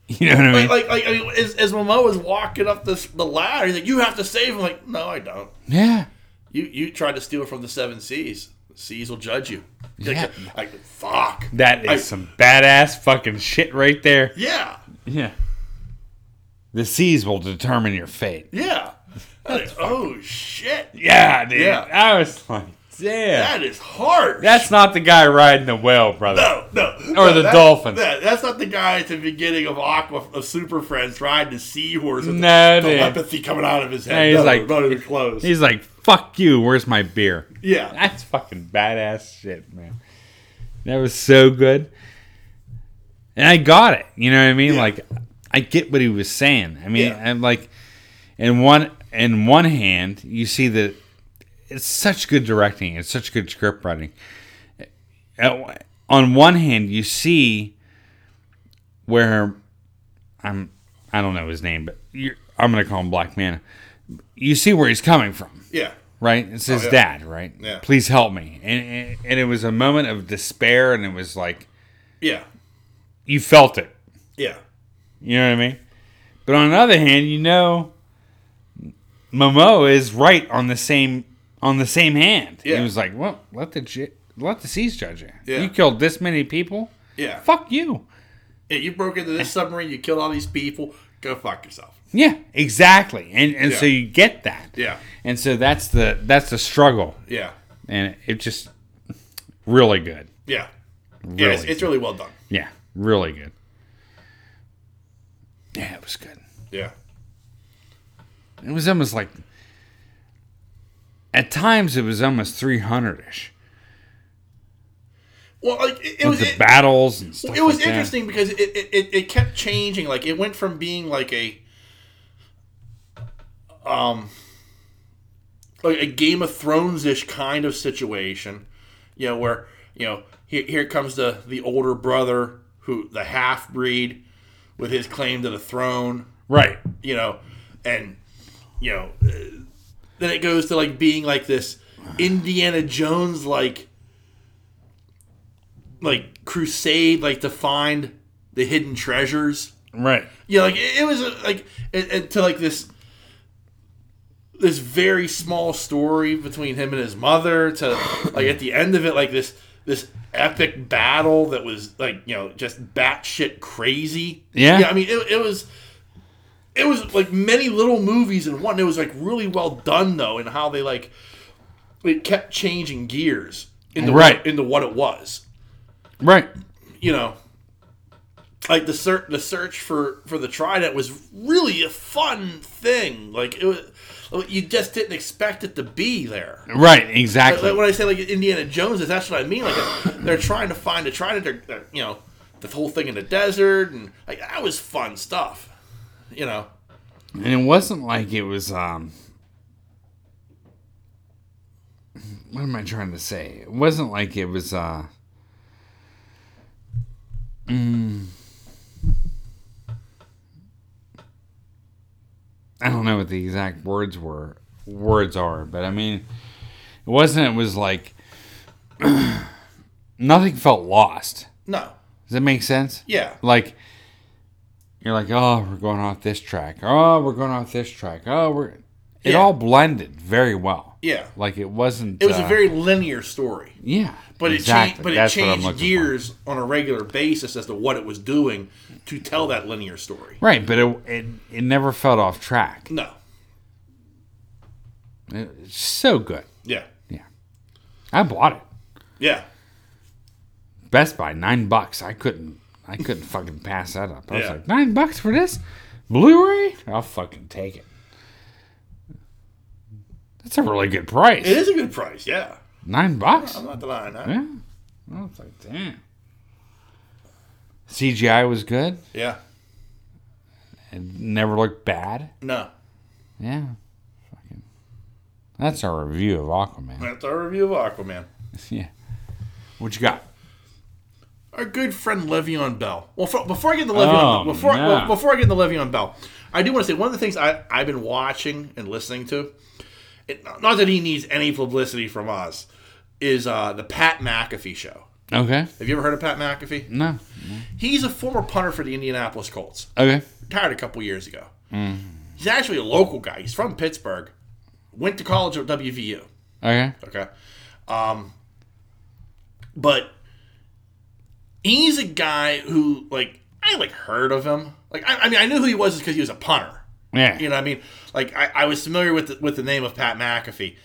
Speaker 6: You know what I mean?
Speaker 5: Like, like, like I mean, as, as Momoa's walking up this the ladder, he's like, "You have to save him." Like, no, I don't.
Speaker 6: yeah.
Speaker 5: You you tried to steal it from the seven seas. The seas will judge you. He's like,
Speaker 6: Yeah.
Speaker 5: Like, fuck.
Speaker 6: That is
Speaker 5: I-
Speaker 6: some badass fucking shit right there.
Speaker 5: Yeah,
Speaker 6: Yeah. The seas will determine your fate.
Speaker 5: yeah. I was like, oh shit,
Speaker 6: Yeah, dude.
Speaker 5: Yeah.
Speaker 6: I was like, damn.
Speaker 5: that is hard.
Speaker 6: That's not the guy riding the whale, brother.
Speaker 5: no, no.
Speaker 6: Or
Speaker 5: No,
Speaker 6: the
Speaker 5: that-
Speaker 6: dolphin.
Speaker 5: that- that's not the guy at the beginning of Aqua of Super Friends riding the seahorse. with
Speaker 6: No,
Speaker 5: the
Speaker 6: dude.
Speaker 5: telepathy coming out of his head.
Speaker 6: Yeah, he's
Speaker 5: no,
Speaker 6: like-
Speaker 5: not even close.
Speaker 6: He's like, fuck you. Where's my beer?
Speaker 5: yeah,
Speaker 6: That's fucking badass shit, man. That was so good. And I got it. You know what I mean? Like I get what he was saying. I mean,
Speaker 5: Yeah.
Speaker 6: I'm like in one in one hand, you see that it's such good directing, it's such good script writing. Uh, On one hand, you see where I'm I don't know his name, but you're, I'm going to call him Black Man. You see where he's coming from
Speaker 5: yeah,
Speaker 6: right? It's his
Speaker 5: Oh, yeah.
Speaker 6: dad, right?
Speaker 5: Yeah.
Speaker 6: Please help me. And, and and it was a moment of despair, and it was like
Speaker 5: yeah,
Speaker 6: you felt it.
Speaker 5: yeah.
Speaker 6: You know what I mean? But on the other hand, you know, Momo is right on the same on the same hand.
Speaker 5: Yeah.
Speaker 6: He was like, well, let the ju- let the seas judge you.
Speaker 5: Yeah.
Speaker 6: You killed this many people.
Speaker 5: Yeah.
Speaker 6: Fuck you.
Speaker 5: Yeah, you broke into this submarine, you killed all these people, go fuck yourself.
Speaker 6: Yeah, exactly. And and so
Speaker 5: Yeah.
Speaker 6: you get that.
Speaker 5: Yeah.
Speaker 6: And so that's the that's the struggle,
Speaker 5: Yeah.
Speaker 6: and it just really good.
Speaker 5: Yeah. Yeah, it's,
Speaker 6: Really.
Speaker 5: it's really well done.
Speaker 6: Yeah, really good. Yeah, it was good.
Speaker 5: Yeah.
Speaker 6: It was almost like at times it was almost 300 ish
Speaker 5: Well, like it, it was
Speaker 6: with the
Speaker 5: it,
Speaker 6: battles and stuff.
Speaker 5: it was
Speaker 6: like that.
Speaker 5: interesting because it, it, it, it kept changing. Like it went from being like a um like a Game of Thrones ish kind of situation, you know, where you know here, here comes the the older brother who the half breed with his claim to the throne.
Speaker 6: Right.
Speaker 5: you know, and you know, uh, then it goes to like being like this Indiana Jones like like crusade like to find the hidden treasures.
Speaker 6: Right.
Speaker 5: You know, like it, it was uh, like it, it, to like this this very small story between him and his mother to like at the end of it like this this epic battle that was like you know just batshit crazy.
Speaker 6: Yeah.
Speaker 5: yeah. I mean, it, it was it was like many little movies in one. It was like really well done though, in how they like it kept changing gears into
Speaker 6: Right.
Speaker 5: what, into what it was.
Speaker 6: Right.
Speaker 5: You know, like the search the search for for the trident was really a fun thing. Like it was, you just didn't expect it to be there.
Speaker 6: Right.
Speaker 5: Like, like
Speaker 6: Exactly.
Speaker 5: when I say like Indiana Jones is, that's what I mean. Like they're trying to find a trident. They're, they're you know the whole thing in the desert and like that was fun stuff. You know.
Speaker 6: And it wasn't like it was. um What am I trying to say? It wasn't like it was. uh mm, I don't know what the exact words were. Words are, but I mean, it wasn't. It was like nothing felt lost.
Speaker 5: No.
Speaker 6: Does that make sense?
Speaker 5: Yeah.
Speaker 6: like you're like oh we're going off this track oh we're going off this track oh we're it
Speaker 5: Yeah.
Speaker 6: all blended very well
Speaker 5: Yeah.
Speaker 6: like it wasn't
Speaker 5: It was
Speaker 6: uh,
Speaker 5: a very linear story,
Speaker 6: yeah
Speaker 5: but
Speaker 6: exactly.
Speaker 5: it changed. But
Speaker 6: That's
Speaker 5: it
Speaker 6: what I'm
Speaker 5: changed
Speaker 6: looking for.
Speaker 5: gears on a regular basis as to what it was doing to tell that linear story.
Speaker 6: right but it, it it never felt off track
Speaker 5: No,
Speaker 6: it's so good
Speaker 5: yeah,
Speaker 6: yeah I bought it
Speaker 5: yeah,
Speaker 6: Best Buy nine bucks I couldn't I couldn't fucking pass that up I was
Speaker 5: Yeah.
Speaker 6: like nine bucks for this Blu-ray I'll fucking take it that's a really good price
Speaker 5: it is a good price. Yeah,
Speaker 6: nine bucks
Speaker 5: I'm not denying that.
Speaker 6: Yeah. I was like, damn. CGI was good.
Speaker 5: Yeah,
Speaker 6: It never looked bad.
Speaker 5: no,
Speaker 6: Yeah. Fucking. That's our review of Aquaman.
Speaker 5: that's our review of Aquaman.
Speaker 6: yeah. What you got?
Speaker 5: our good friend Le'Veon Bell. Well, for, before I get into Le'Veon,
Speaker 6: Oh,
Speaker 5: before
Speaker 6: no.
Speaker 5: well, before I get into Le'Veon Bell, I do want to say one of the things I I've been watching and listening to, it, not that he needs any publicity from us, is uh, the Pat McAfee show.
Speaker 6: Okay.
Speaker 5: Have you ever heard of Pat McAfee?
Speaker 6: No.
Speaker 5: He's a former punter for the Indianapolis Colts.
Speaker 6: Okay.
Speaker 5: Retired a couple years ago. He's actually a local guy. He's from Pittsburgh. Went to college at WVU.
Speaker 6: Okay.
Speaker 5: Okay. Um, but he's a guy who, like, I like heard of him. Like, I, I mean, I knew who he was because he was a punter.
Speaker 6: Yeah.
Speaker 5: You know, what I mean, like, I, I was familiar with the, with the name of Pat McAfee,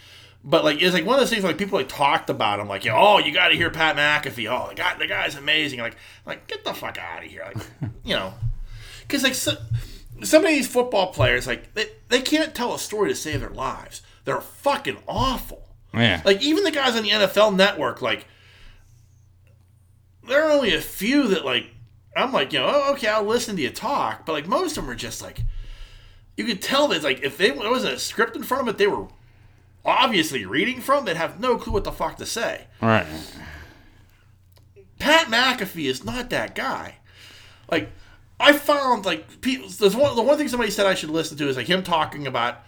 Speaker 5: but like, it's like one of those things like people like talked about him, like, you know, oh, you got to hear Pat McAfee. Oh, the guy, the guy's amazing. Like, like get the fuck out of here. Like, you know, because like so, some of these football players, like, they, they can't tell a story to save their lives. They're fucking awful.
Speaker 6: Yeah.
Speaker 5: Like even the guys on the NFL Network, like there are only a few that like I'm like, you know, oh, okay, I'll listen to you talk, but like most of them are just like you could tell that like if they there wasn't a script in front of them that they were obviously reading from, they'd have no clue what the fuck to say.
Speaker 6: All right.
Speaker 5: Pat McAfee is not that guy. Like I found like people. There's one the one thing somebody said I should listen to is like him talking about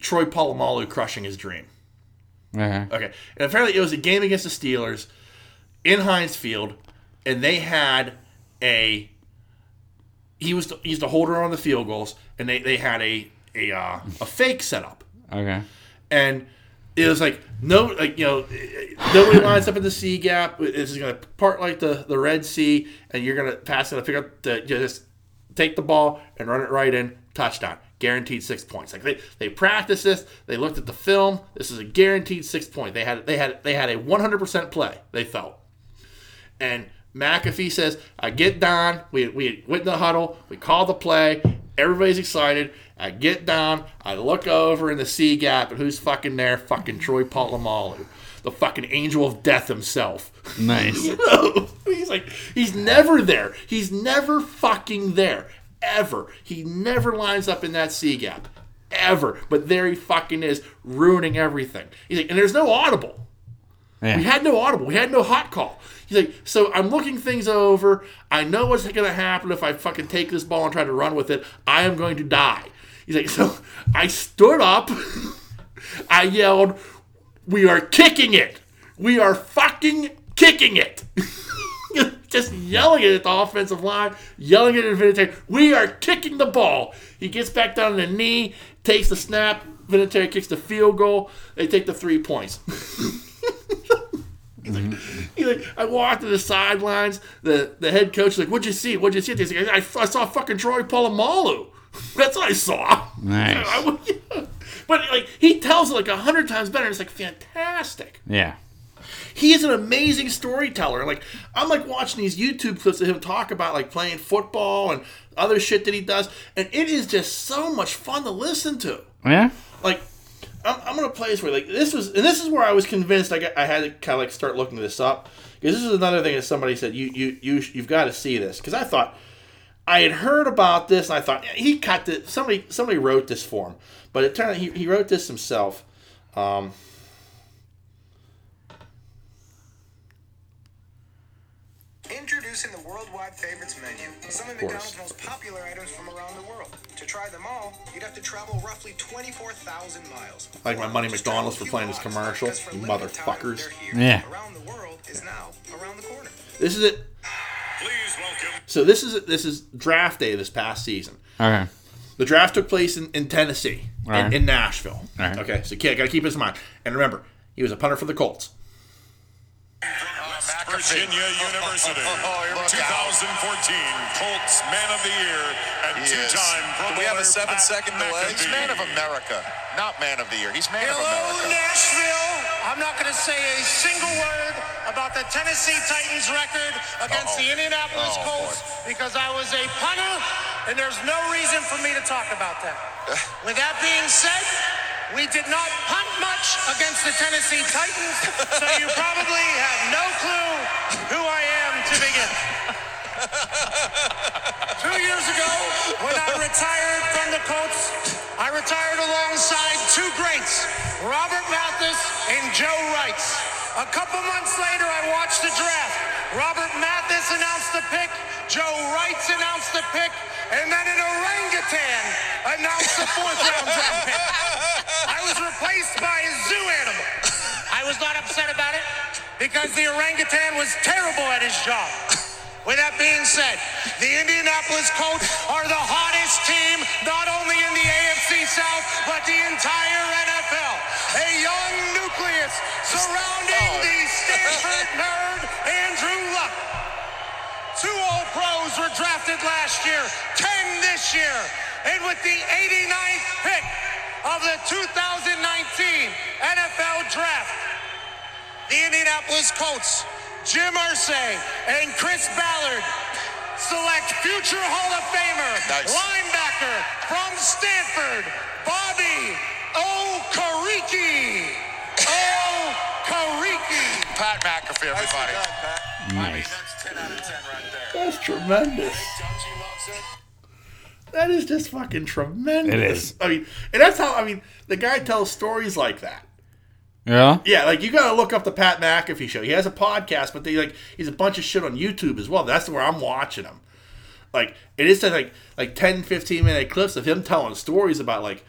Speaker 5: Troy Polamalu crushing his dream.
Speaker 6: Okay.
Speaker 5: Okay. And apparently it was a game against the Steelers in Heinz Field, and they had a he was the, he's the holder on the field goals, and they, they had a a uh, a fake setup,
Speaker 6: Okay.
Speaker 5: and it was like no like you know nobody lines up in the C gap. This is gonna part like the the Red Sea, and you're gonna pass it and pick up the you know, just take the ball and run it right in touchdown. Guaranteed six points. Like they, they practiced this. They looked at the film. This is a guaranteed six point. They had they had they had a 100% play. They felt. And McAfee says, I get down. We, we went in the huddle. We call the play. Everybody's excited. I get down. I look over in the C gap, and who's fucking there? Fucking Troy Polamalu, the fucking angel of death himself.
Speaker 6: Nice.
Speaker 5: You know? he's like, he's never there. He's never fucking there. Ever. He never lines up in that C gap. Ever. But there he fucking is, ruining everything. He's like, and there's no audible. We
Speaker 6: Yeah.
Speaker 5: had no audible. We had no hot call. He's like, so I'm looking things over. I know what's going to happen if I fucking take this ball and try to run with it. I am going to die. He's like, so I stood up. I yelled, we are kicking it. We are fucking kicking it. Just yelling it at the offensive line, yelling it at Vinatieri. We are kicking the ball. He gets back down on the knee, takes the snap. Vinatieri kicks the field goal. They take the three points. He's like, I walked to the sidelines. The the head coach is like, "What'd you see? What'd you see?" He's like, I, I saw fucking Troy Polamalu. That's what I saw.
Speaker 6: Nice.
Speaker 5: I would- but like he tells it like a hundred times better. And it's like fantastic.
Speaker 6: Yeah.
Speaker 5: He is an amazing storyteller. Like I'm like watching these YouTube clips of him talk about like playing football and other shit that he does, and it is just so much fun to listen to
Speaker 6: Yeah.
Speaker 5: like I'm, I'm gonna play this for you. Like this was, and this is where I was convinced. I got, I had to kind of like start looking this up because this is another thing that somebody said. You you you sh- you've got to see this because I thought I had heard about this and I thought "Yeah, he cut it. Somebody somebody wrote this for him, but it turned out he, he wrote this himself. Um,
Speaker 7: Introducing the worldwide favorites menu, some of McDonald's most popular items from around the world. To try them all, you'd have to travel roughly 24,000 miles.
Speaker 5: Like my money
Speaker 7: Just
Speaker 5: McDonald's
Speaker 7: travel
Speaker 5: for playing
Speaker 7: a
Speaker 5: this
Speaker 7: few blocks,
Speaker 5: commercial,
Speaker 7: because for
Speaker 5: you
Speaker 7: a limited time,
Speaker 5: motherfuckers.
Speaker 7: they're here.
Speaker 6: Yeah.
Speaker 7: Around the world is now around the corner.
Speaker 5: this is it.
Speaker 7: Please welcome.
Speaker 5: So this is this is draft day this past season.
Speaker 6: Okay.
Speaker 5: The draft took place in, in Tennessee, in,
Speaker 6: Alright.
Speaker 5: in Nashville.
Speaker 6: Alright.
Speaker 5: Okay, so kid, gotta keep this in mind. And remember, he was a punter for the Colts.
Speaker 7: West
Speaker 8: Virginia University, 2014 Colts Man of the Year and
Speaker 9: He is.
Speaker 8: two-time Pro
Speaker 9: Do we have a
Speaker 8: Bowler Pat
Speaker 9: seven-second delay?
Speaker 8: McAfee.
Speaker 9: He's man of America, not man of the year. He's man
Speaker 7: Hello,
Speaker 9: of America.
Speaker 7: Nashville. I'm not going to say a single word about the Tennessee Titans record
Speaker 9: Uh-oh.
Speaker 7: against the Indianapolis
Speaker 9: Oh,
Speaker 7: Colts because I was a punter, and there's no reason for me to talk about that. With that being said, we did not punt much against the Tennessee Titans, so you probably have no clue who I am to begin. Two years ago, when I retired from the Colts, I retired alongside two greats, Robert Mathis and Joe Wrights. A couple months later, I watched the draft. Robert Mathis announced the pick, Joe Wrights announced the pick, and then an orangutan announced the fourth round draft pick. I was replaced by a zoo animal. I was not upset about it because the orangutan was terrible at his job. With that being said, the Indianapolis Colts are the hottest team, not only in the AFC South, but the entire NFL. A young nucleus surrounding the Stanford nerd, Andrew Luck. Two All Pros were drafted last year, 10 this year. And with the 89th pick of the 2019 NFL Draft, the Indianapolis Colts, Jim Irsay and Chris Ballard select future Hall of Famer
Speaker 9: Nice.
Speaker 7: linebacker from Stanford, Bobby Okereke. Okereke.
Speaker 9: Pat McAfee, everybody.
Speaker 6: Nice.
Speaker 5: That's tremendous. That is just fucking tremendous.
Speaker 6: It is.
Speaker 5: I mean, and that's how I mean the guy tells stories like that.
Speaker 6: Yeah.
Speaker 5: Yeah, like you gotta look up the Pat McAfee show. He has a podcast, but they like he's a bunch of shit on YouTube as well. That's where I'm watching him. Like it is just, like like 10, 15 minute clips of him telling stories about like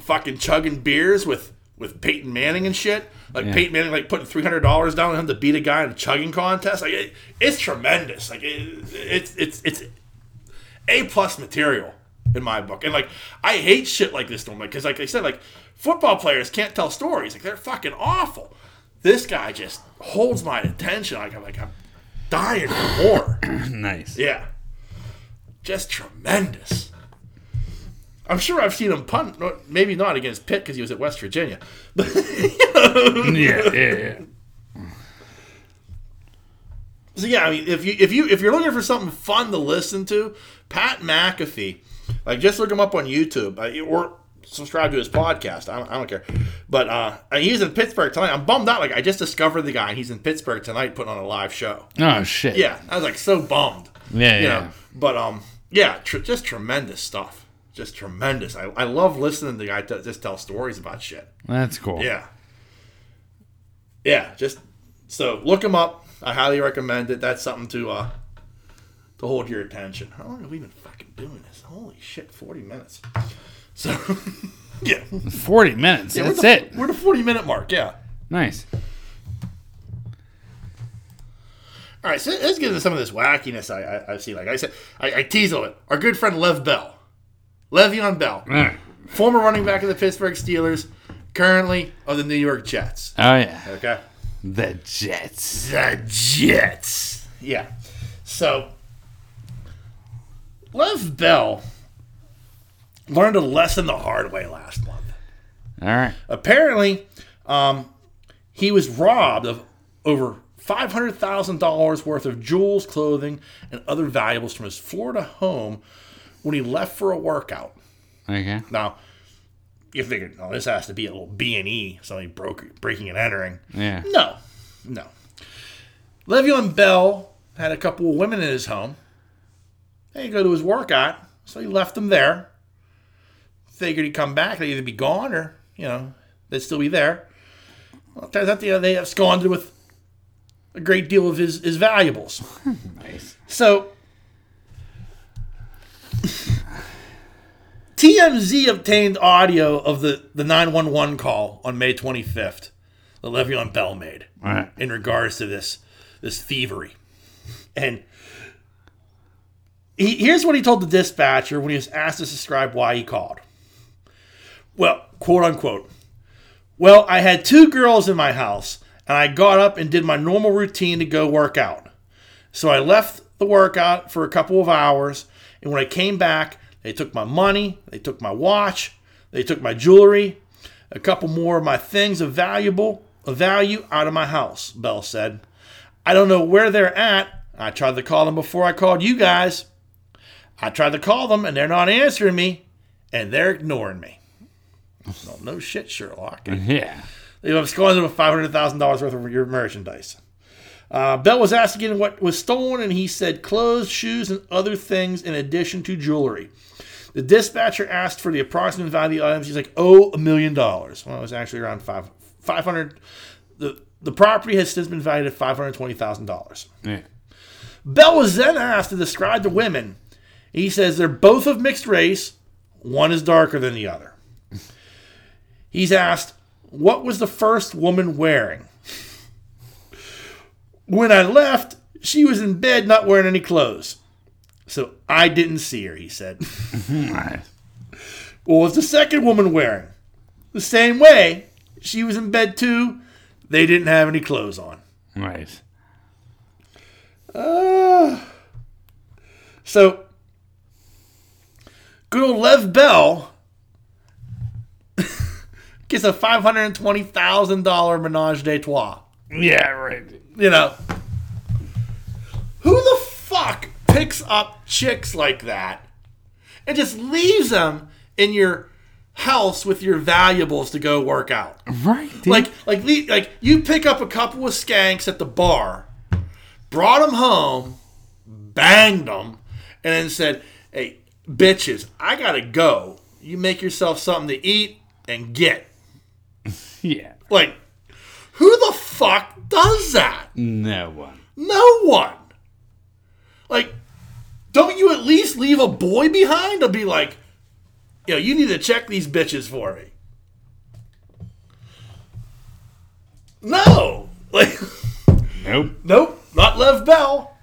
Speaker 5: fucking chugging beers with with Peyton Manning and shit. Like Peyton Manning like putting three hundred dollars down on him to beat a guy in a chugging contest. Like it, it's tremendous. Like it, it's it's it's a plus material in my book. And like I hate shit like this normally because like I said, like football players can't tell stories. Like they're fucking awful. This guy just holds my attention. Like I'm like I'm dying for more.
Speaker 6: Nice.
Speaker 5: yeah, just tremendous. I'm sure I've seen him punt. no, Maybe not against Pitt because he was at West Virginia. But
Speaker 6: Yeah. Yeah. yeah.
Speaker 5: So yeah, I mean, if you if you if you're looking for something fun to listen to, Pat McAfee, like just look him up on YouTube uh, or subscribe to his podcast. I don't, I don't care, but uh, and he's in Pittsburgh tonight. I'm bummed out. Like I just discovered the guy, and he's in Pittsburgh tonight putting on a live show.
Speaker 6: Oh shit.
Speaker 5: Yeah, I was like so bummed.
Speaker 6: Yeah,
Speaker 5: you
Speaker 6: yeah.
Speaker 5: know. But um, yeah, tr- just tremendous stuff. Just tremendous. I, I love listening to the guy t- just tell stories about shit.
Speaker 6: That's cool.
Speaker 5: Yeah. Yeah, just so look him up. I highly recommend it. That's something to uh to hold your attention. How long have we been fucking doing this? Holy shit, forty minutes. So yeah,
Speaker 6: Forty minutes.
Speaker 5: yeah we're
Speaker 6: That's
Speaker 5: the,
Speaker 6: it.
Speaker 5: We're the forty minute mark. Yeah.
Speaker 6: Nice.
Speaker 5: All right, so let's get into some of this wackiness I, I, I see. Like I said, I, I tease a little bit. Our good friend Lev Bell, Le'Veon Bell,
Speaker 6: Alright.
Speaker 5: former running back of the Pittsburgh Steelers, currently of the New York Jets.
Speaker 6: Oh yeah.
Speaker 5: Okay.
Speaker 6: The Jets.
Speaker 5: The Jets. Yeah. So, Lev Bell learned a lesson the hard way last month.
Speaker 6: All right.
Speaker 5: Apparently, um, he was robbed of over $500,000 worth of jewels, clothing, and other valuables from his Florida home when he left for a workout.
Speaker 6: Okay.
Speaker 5: Now, you figure, no, this has to be a little B and E, somebody broke, breaking and entering.
Speaker 6: Yeah.
Speaker 5: No, no. Le'Veon Bell had a couple of women in his home. They didn't go to his workout, so he left them there. Figured he'd come back, they'd either be gone or, you know, they'd still be there. Well, it turns out you know, they absconded with a great deal of his, his valuables.
Speaker 6: Nice.
Speaker 5: So TMZ obtained audio of the, the 911 call on May 25th that Le'Veon Bell made
Speaker 6: All right.
Speaker 5: in regards to this this thievery. And he, here's what he told the dispatcher when he was asked to describe why he called. Well, quote unquote. Well, I had two girls in my house, and I got up and did my normal routine to go work out. So I left the workout for a couple of hours, and when I came back, they took my money, they took my watch, they took my jewelry, a couple more of my things of valuable of value out of my house, Bell said. I don't know where they're at. I tried to call them before I called you guys. I tried to call them and they're not answering me and they're ignoring me. Well, no shit, Sherlock.
Speaker 6: Yeah.
Speaker 5: They've absconded with five hundred thousand dollars worth of your merchandise. Uh, Bell was asked again what was stolen, and he said clothes, shoes, and other things in addition to jewelry. The dispatcher asked for the approximate value of the items. He's like, oh, a million dollars. Well, it was actually around five five hundred. The the property has since been valued at five hundred twenty thousand dollars.
Speaker 6: Yeah.
Speaker 5: Bell was then asked to describe the women. He says they're both of mixed race, one is darker than the other. He's asked, What was the first woman wearing? When I left, she was in bed not wearing any clothes. So I didn't see her, he said. What was the second woman wearing? The same way. She was in bed too. They didn't have any clothes on.
Speaker 6: Nice.
Speaker 5: So, good old Lev Bell gets a five hundred and twenty thousand dollar menage a trois.
Speaker 6: Yeah, right.
Speaker 5: You know, who the fuck picks up chicks like that and just leaves them in your house with your valuables to go work out?
Speaker 6: Right. Dude.
Speaker 5: Like, like, le- like you pick up a couple of skanks at the bar, brought them home, banged them, and then said, "Hey, bitches, I gotta go. You make yourself something to eat and get."
Speaker 6: yeah.
Speaker 5: Like, who the fuck does that?
Speaker 6: No one.
Speaker 5: No one. Like, don't you at least leave a boy behind to be like, yo, you need to check these bitches for me. No. Like,
Speaker 6: Nope.
Speaker 5: nope, not Lev Bell.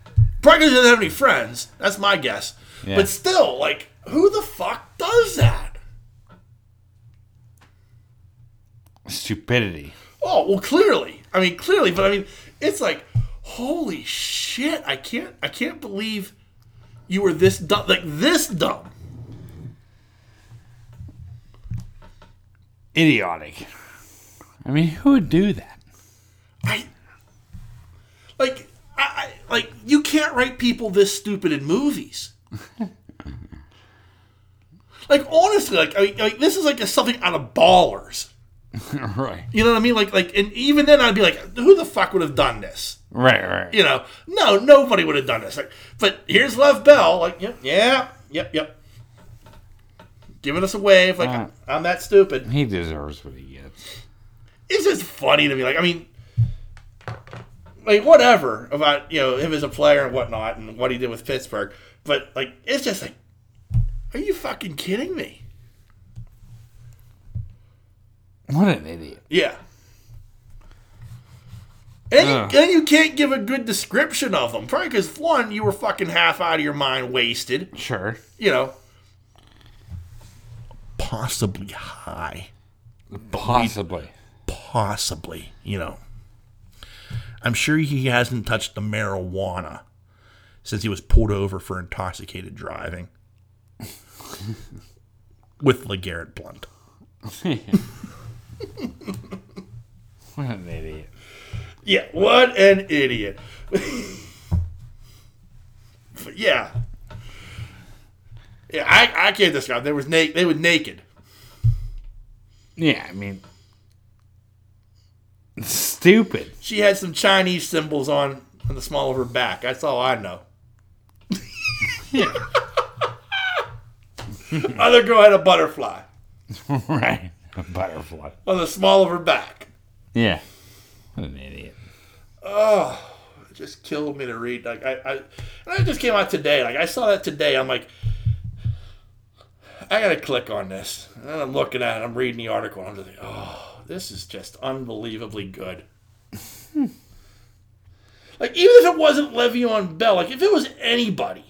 Speaker 5: Probably doesn't have any friends. That's my guess.
Speaker 6: Yeah.
Speaker 5: But still, like, who the fuck does that?
Speaker 6: Stupidity.
Speaker 5: Oh, well clearly. I mean clearly, but I mean it's like holy shit, I can't I can't believe you were this dumb like this dumb.
Speaker 6: Idiotic. I mean, who would do that?
Speaker 5: I like I, I like you can't write people this stupid in movies. like honestly, like I mean, like this is like a, something out of ballers.
Speaker 6: right.
Speaker 5: You know what I mean? Like like and even then I'd be like, who the fuck would have done this?
Speaker 6: Right, right.
Speaker 5: you know, no, nobody would have done this. Like, but here's Lev Bell, like, yep, yeah, yep, yep, giving us a wave, like,
Speaker 6: Ah.
Speaker 5: I'm that stupid.
Speaker 6: He deserves what he gets.
Speaker 5: It's just funny to me. Like, I mean, like whatever about you know him as a player and whatnot and what he did with Pittsburgh, but like, it's just like, are you fucking kidding me?
Speaker 6: What an idiot.
Speaker 5: Yeah. And,
Speaker 6: Ugh.
Speaker 5: you, and you can't give a good description of them. Probably because, one, you were fucking half out of your mind wasted.
Speaker 6: Sure.
Speaker 5: you know, possibly high,
Speaker 6: Possibly.
Speaker 5: possibly, you know. I'm sure he hasn't touched the marijuana since he was pulled over for intoxicated driving with LeGarrette Blunt.
Speaker 6: What an idiot.
Speaker 5: Yeah, what an idiot. But yeah. Yeah, I, I can't describe. They was na- they were naked.
Speaker 6: Yeah, I mean, stupid.
Speaker 5: She had some Chinese symbols on on the small of her back. That's all I know. Other girl had a butterfly
Speaker 6: right. A butterfly.
Speaker 5: on the small of her back.
Speaker 6: Yeah. What an idiot.
Speaker 5: It just killed me to read. Like I, I, and that just came out today. Like I saw that today. I'm like, I gotta click on this. And then I'm looking at it. I'm reading the article. And I'm just like, oh, this is just unbelievably good. like even if it wasn't Le'Veon Bell, like if it was anybody,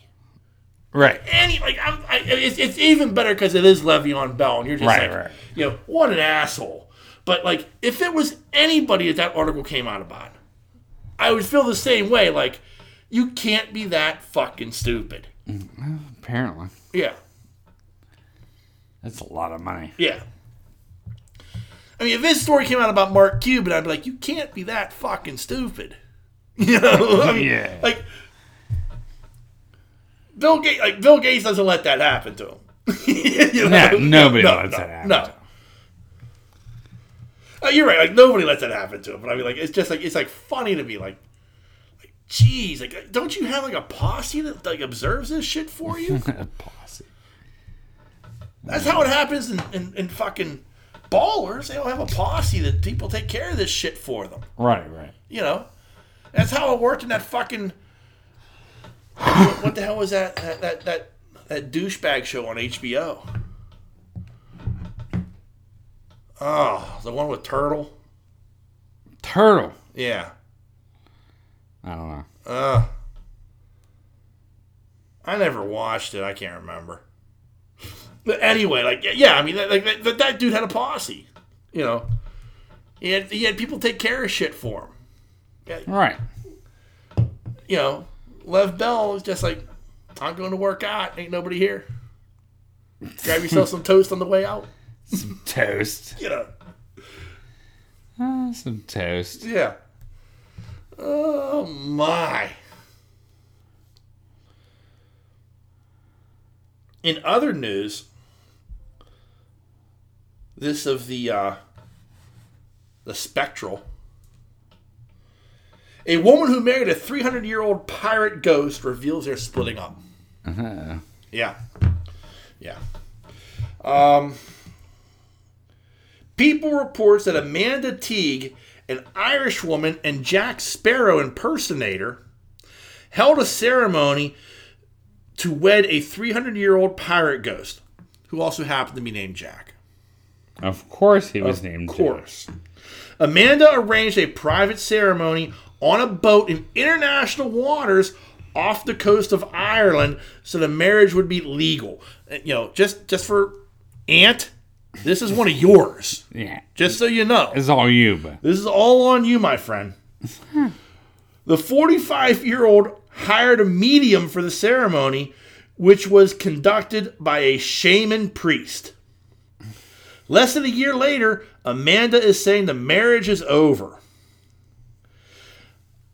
Speaker 6: Right.
Speaker 5: any like I'm, I, it's, it's even better because it is Le'Veon Bell, and you're just
Speaker 6: Right,
Speaker 5: like,
Speaker 6: right.
Speaker 5: you know, what an asshole. But like, if it was anybody that that article came out about, I would feel the same way. Like, you can't be that fucking stupid.
Speaker 6: Apparently.
Speaker 5: Yeah,
Speaker 6: That's a lot of money.
Speaker 5: yeah. I mean, if this story came out about Mark Cuban, I'd be like, you can't be that fucking stupid. You know, I mean,
Speaker 6: Yeah.
Speaker 5: like Bill Gates, like Bill Gates doesn't let that happen to him. You
Speaker 6: Yeah,
Speaker 5: know?
Speaker 6: nobody
Speaker 5: no,
Speaker 6: lets
Speaker 5: no,
Speaker 6: that happen
Speaker 5: No.
Speaker 6: to him.
Speaker 5: Uh, you're right. Like nobody lets that happen to him. But I mean, like it's just like it's like funny to me. Like, like geez, like uh, don't you have like a posse that like observes this shit for you?
Speaker 6: A posse.
Speaker 5: That's how it happens in, in, in fucking ballers. They don't have a posse that people take care of this shit for them.
Speaker 6: Right, right.
Speaker 5: You know, that's how it worked in that fucking what, what the hell was that that that that, that douchebag show on HBO? Oh, the one with Turtle.
Speaker 6: Turtle.
Speaker 5: Yeah.
Speaker 6: I don't know.
Speaker 5: I never watched it. I can't remember. But anyway, like yeah, I mean, that- like that, that dude had a posse. You know, he had he had people take care of shit for him.
Speaker 6: All right.
Speaker 5: You know, Lev Bell was just like, I'm going to work out. Ain't nobody here. Grab yourself some toast on the way out.
Speaker 6: Toast.
Speaker 5: You know.
Speaker 6: Uh, some toast.
Speaker 5: Yeah. Oh my. In other news, this of the uh, the spectral. A woman who married a 300 year old pirate ghost reveals they're splitting up. Yeah. Yeah. People reports that Amanda Teague, an Irish woman and Jack Sparrow impersonator, held a ceremony to wed a 300 year old pirate ghost who also happened to be named Jack.
Speaker 6: Of course he was named
Speaker 5: Of
Speaker 6: Jack.
Speaker 5: course. Amanda arranged a private ceremony on a boat in international waters off the coast of Ireland so the marriage would be legal. Uh, You know, just just for Aunt, this is one of yours.
Speaker 6: Yeah.
Speaker 5: Just so you know.
Speaker 6: It's all you, but
Speaker 5: This is all on you, my friend. the 45 year old hired a medium for the ceremony, which was conducted by a shaman priest. Less than a year later, Amanda is saying the marriage is over.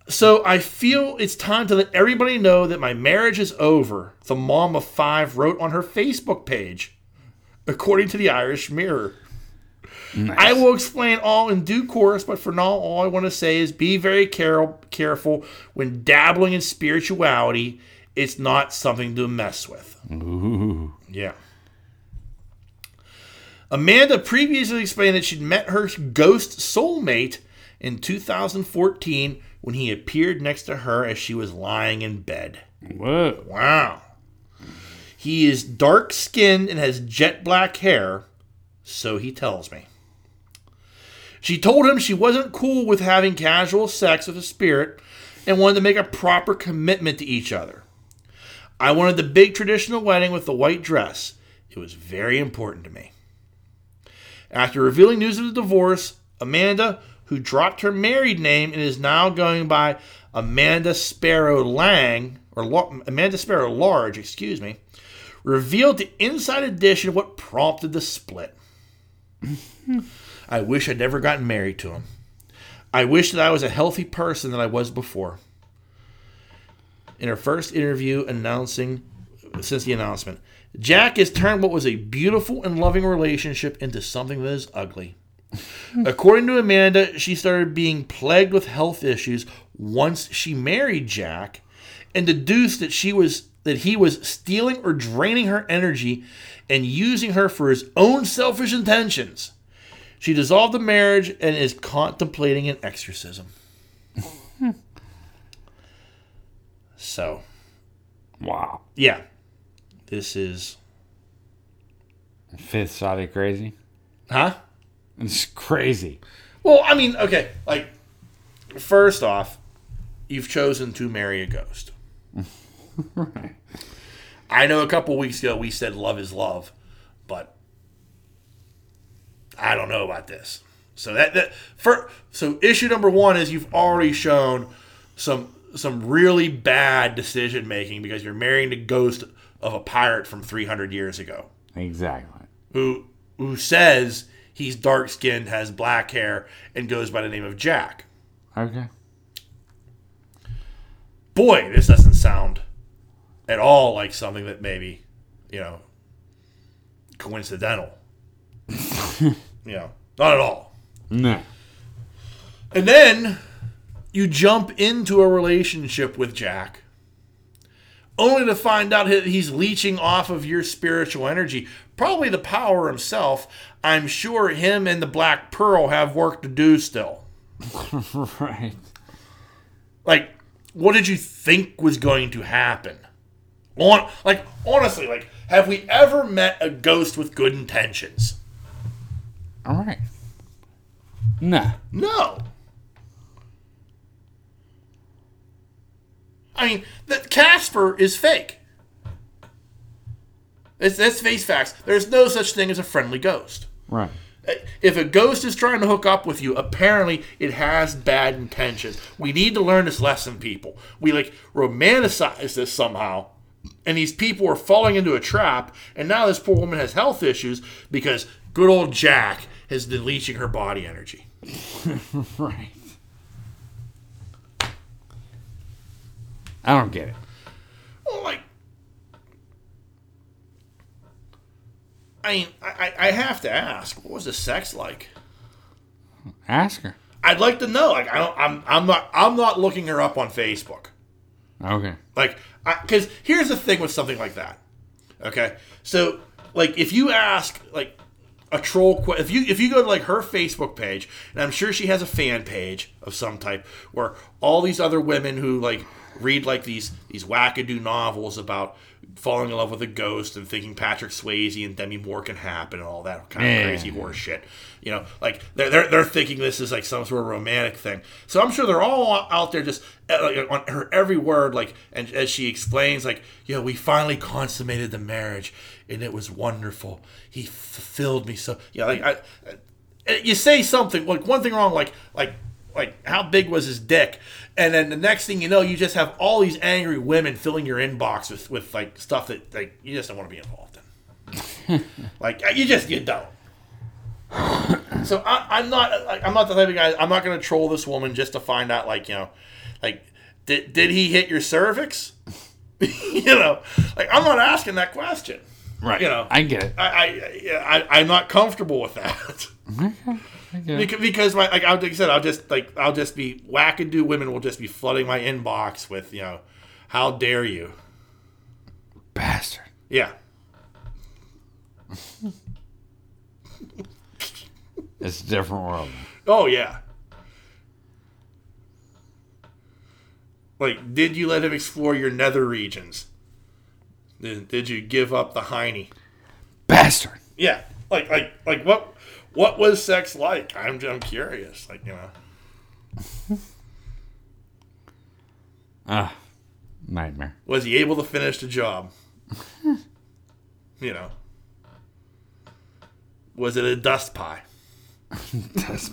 Speaker 5: So I feel it's time to let everybody know that my marriage is over, the mom of five wrote on her Facebook page, according to the Irish Mirror. I will explain all in due course, but for now, all I want to say is be very care- careful when dabbling in spirituality. It's not something to mess with. Yeah. Amanda previously explained that she'd met her ghost soulmate in 2014 when he appeared next to her as she was lying in bed.
Speaker 6: whoa.
Speaker 5: Wow. He is dark skinned and has jet black hair, so he tells me. She told him she wasn't cool with having casual sex with a spirit and wanted to make a proper commitment to each other. I wanted the big traditional wedding with the white dress. It was very important to me. After revealing news of the divorce, Amanda, who dropped her married name and is now going by Amanda Sparrow Lang, or Lo- Amanda Sparrow Large, excuse me, revealed to Inside Edition what prompted the split. I wish I'd never gotten married to him. I wish that I was a healthy person than I was before. In her first interview announcing since the announcement. Jack has turned what was a beautiful and loving relationship into something that is ugly. According to Amanda, she started being plagued with health issues once she married Jack and deduced that she was that he was stealing or draining her energy and using her for his own selfish intentions. She dissolved the marriage and is contemplating an exorcism. so,
Speaker 6: Wow.
Speaker 5: yeah. This is
Speaker 6: Fifth side of crazy.
Speaker 5: Huh?
Speaker 6: It's crazy.
Speaker 5: Well, I mean, okay, like first off, you've chosen to marry a ghost. I know a couple weeks ago we said love is love, but I don't know about this. So that, that for so issue number one is you've already shown some some really bad decision making because you're marrying the ghost of a pirate from 300 years ago
Speaker 6: Exactly.
Speaker 5: who who says he's dark skinned, has black hair, and goes by the name of Jack.
Speaker 6: Okay.
Speaker 5: Boy, this doesn't sound at all like something that maybe, you know, coincidental. you know, not at all.
Speaker 6: No.
Speaker 5: And then you jump into a relationship with Jack, only to find out that he's leeching off of your spiritual energy. Probably the power himself. I'm sure him and the Black Pearl have work to do still.
Speaker 6: right.
Speaker 5: Like, what did you think was going to happen? On like honestly, like have we ever met a ghost with good intentions?
Speaker 6: All right. Nah.
Speaker 5: No. I mean, that Casper is fake. It's, that's face facts. There's no such thing as a friendly ghost.
Speaker 6: Right.
Speaker 5: If a ghost is trying to hook up with you, apparently it has bad intentions. We need to learn this lesson, people. We like romanticize this somehow, and these people are falling into a trap. And now this poor woman has health issues because good old Jack has been leeching her body energy.
Speaker 6: Right. I don't get it.
Speaker 5: Well, like, I mean, I, I I have to ask, what was the sex like?
Speaker 6: Ask her.
Speaker 5: I'd like to know. Like, I don't, I'm, I'm not, I'm not looking her up on Facebook.
Speaker 6: Okay.
Speaker 5: Like, because here's the thing with something like that. Okay, so like if you ask like a troll, que- if you if you go to like her Facebook page, and I'm sure she has a fan page of some type where all these other women who like read like these these wackadoo novels about falling in love with a ghost and thinking Patrick Swayze and Demi Moore can happen and all that kind
Speaker 6: Yeah.
Speaker 5: of crazy horse shit. You know, like they're, they're they're thinking this is like some sort of romantic thing. So I'm sure they're all out there just uh, like, on her every word, like and as she explains, like you know, we finally consummated the marriage and it was wonderful. He fulfilled me so. You know, like I, I- you say something like one thing wrong, like like like how big was his dick and then the next thing you know you just have all these angry women filling your inbox with, with like stuff that like you just don't want to be involved in like you just you don't. So I, I'm not like I'm not the type of guy. I'm not going to troll this woman just to find out like you know, like did did he hit your cervix? you know, like I'm not asking that question.
Speaker 6: Right.
Speaker 5: You know,
Speaker 6: I get it.
Speaker 5: I I, yeah, I I'm not comfortable with that. Because, because my, like, I- like I said, I'll just like I'll just be wackadoo women will just be flooding my inbox with you know, how dare you?
Speaker 6: Bastard.
Speaker 5: Yeah,
Speaker 6: It's a different world.
Speaker 5: Oh yeah. Like, did you let him explore your nether regions? Did, did you give up the hiney?
Speaker 6: Bastard.
Speaker 5: Yeah. Like like like what what was sex like? I'm I'm curious. Like you know.
Speaker 6: Ah. Nightmare.
Speaker 5: Was he able to finish the job? you know. Was it a dust pie?
Speaker 6: That's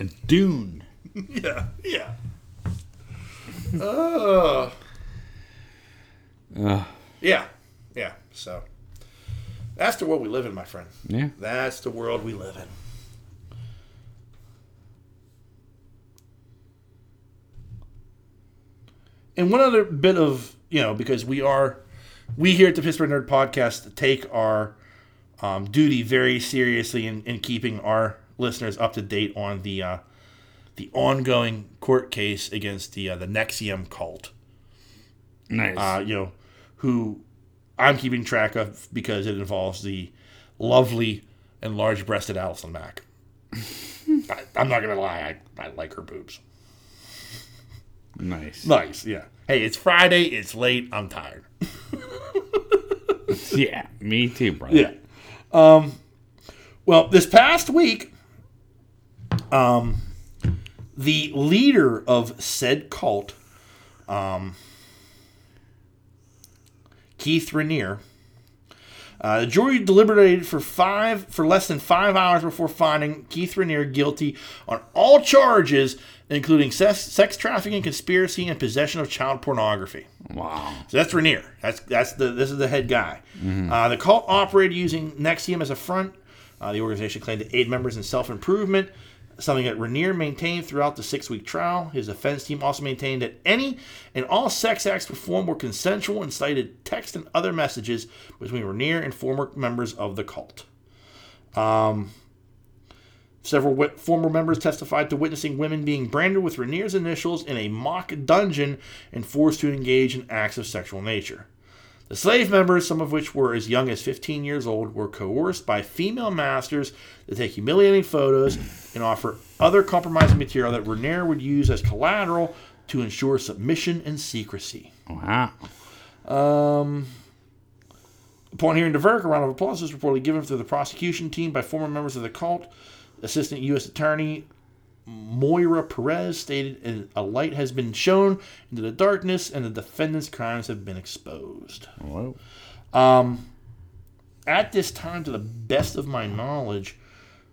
Speaker 6: And Dune.
Speaker 5: Yeah. Yeah. Uh. Yeah. Yeah. So that's the world we live in, my friend.
Speaker 6: Yeah.
Speaker 5: That's the world we live in. And one other bit of, you know, because we are, we here at the Pittsburgh Nerd Podcast take our um, duty very seriously in, in keeping our listeners up to date on the uh, the ongoing court case against the uh, the Nexium cult.
Speaker 6: Nice.
Speaker 5: Uh, you know, who I'm keeping track of because it involves the lovely and large-breasted Allison Mack. I, I'm not gonna lie, I, I like her boobs.
Speaker 6: nice.
Speaker 5: Nice, yeah. Hey, it's Friday. It's late. I'm tired.
Speaker 6: Yeah. Me too, brother.
Speaker 5: Yeah. Um, well, this past week, um, the leader of said cult, um, Keith Rainier, uh, the jury deliberated for five for less than five hours before finding Keith Rainier guilty on all charges, including sex, sex trafficking, conspiracy, and possession of child pornography.
Speaker 6: Wow.
Speaker 5: So that's Rainier. That's that's the this is the head guy. Uh, the cult operated using Nexium as a front. Uh, the organization claimed to aid members in self improvement, something that Rainier maintained throughout the six week trial. His offense team also maintained that any and all sex acts performed were consensual and cited text and other messages between Rainier and former members of the cult. Several wi- former members testified to witnessing women being branded with Rainier's initials in a mock dungeon and forced to engage in acts of sexual nature. The slave members, some of which were as young as 15 years old, were coerced by female masters to take humiliating photos and offer other compromising material that Renier would use as collateral to ensure submission and secrecy.
Speaker 6: Wow.
Speaker 5: Upon hearing the verdict, a round of applause was reportedly given to the prosecution team by former members of the cult. Assistant U.S. Attorney Moira Perez stated, "A light has been shown into the darkness, and the defendants' crimes have been exposed." Um,
Speaker 6: Whoa.
Speaker 5: At this time, to the best of my knowledge,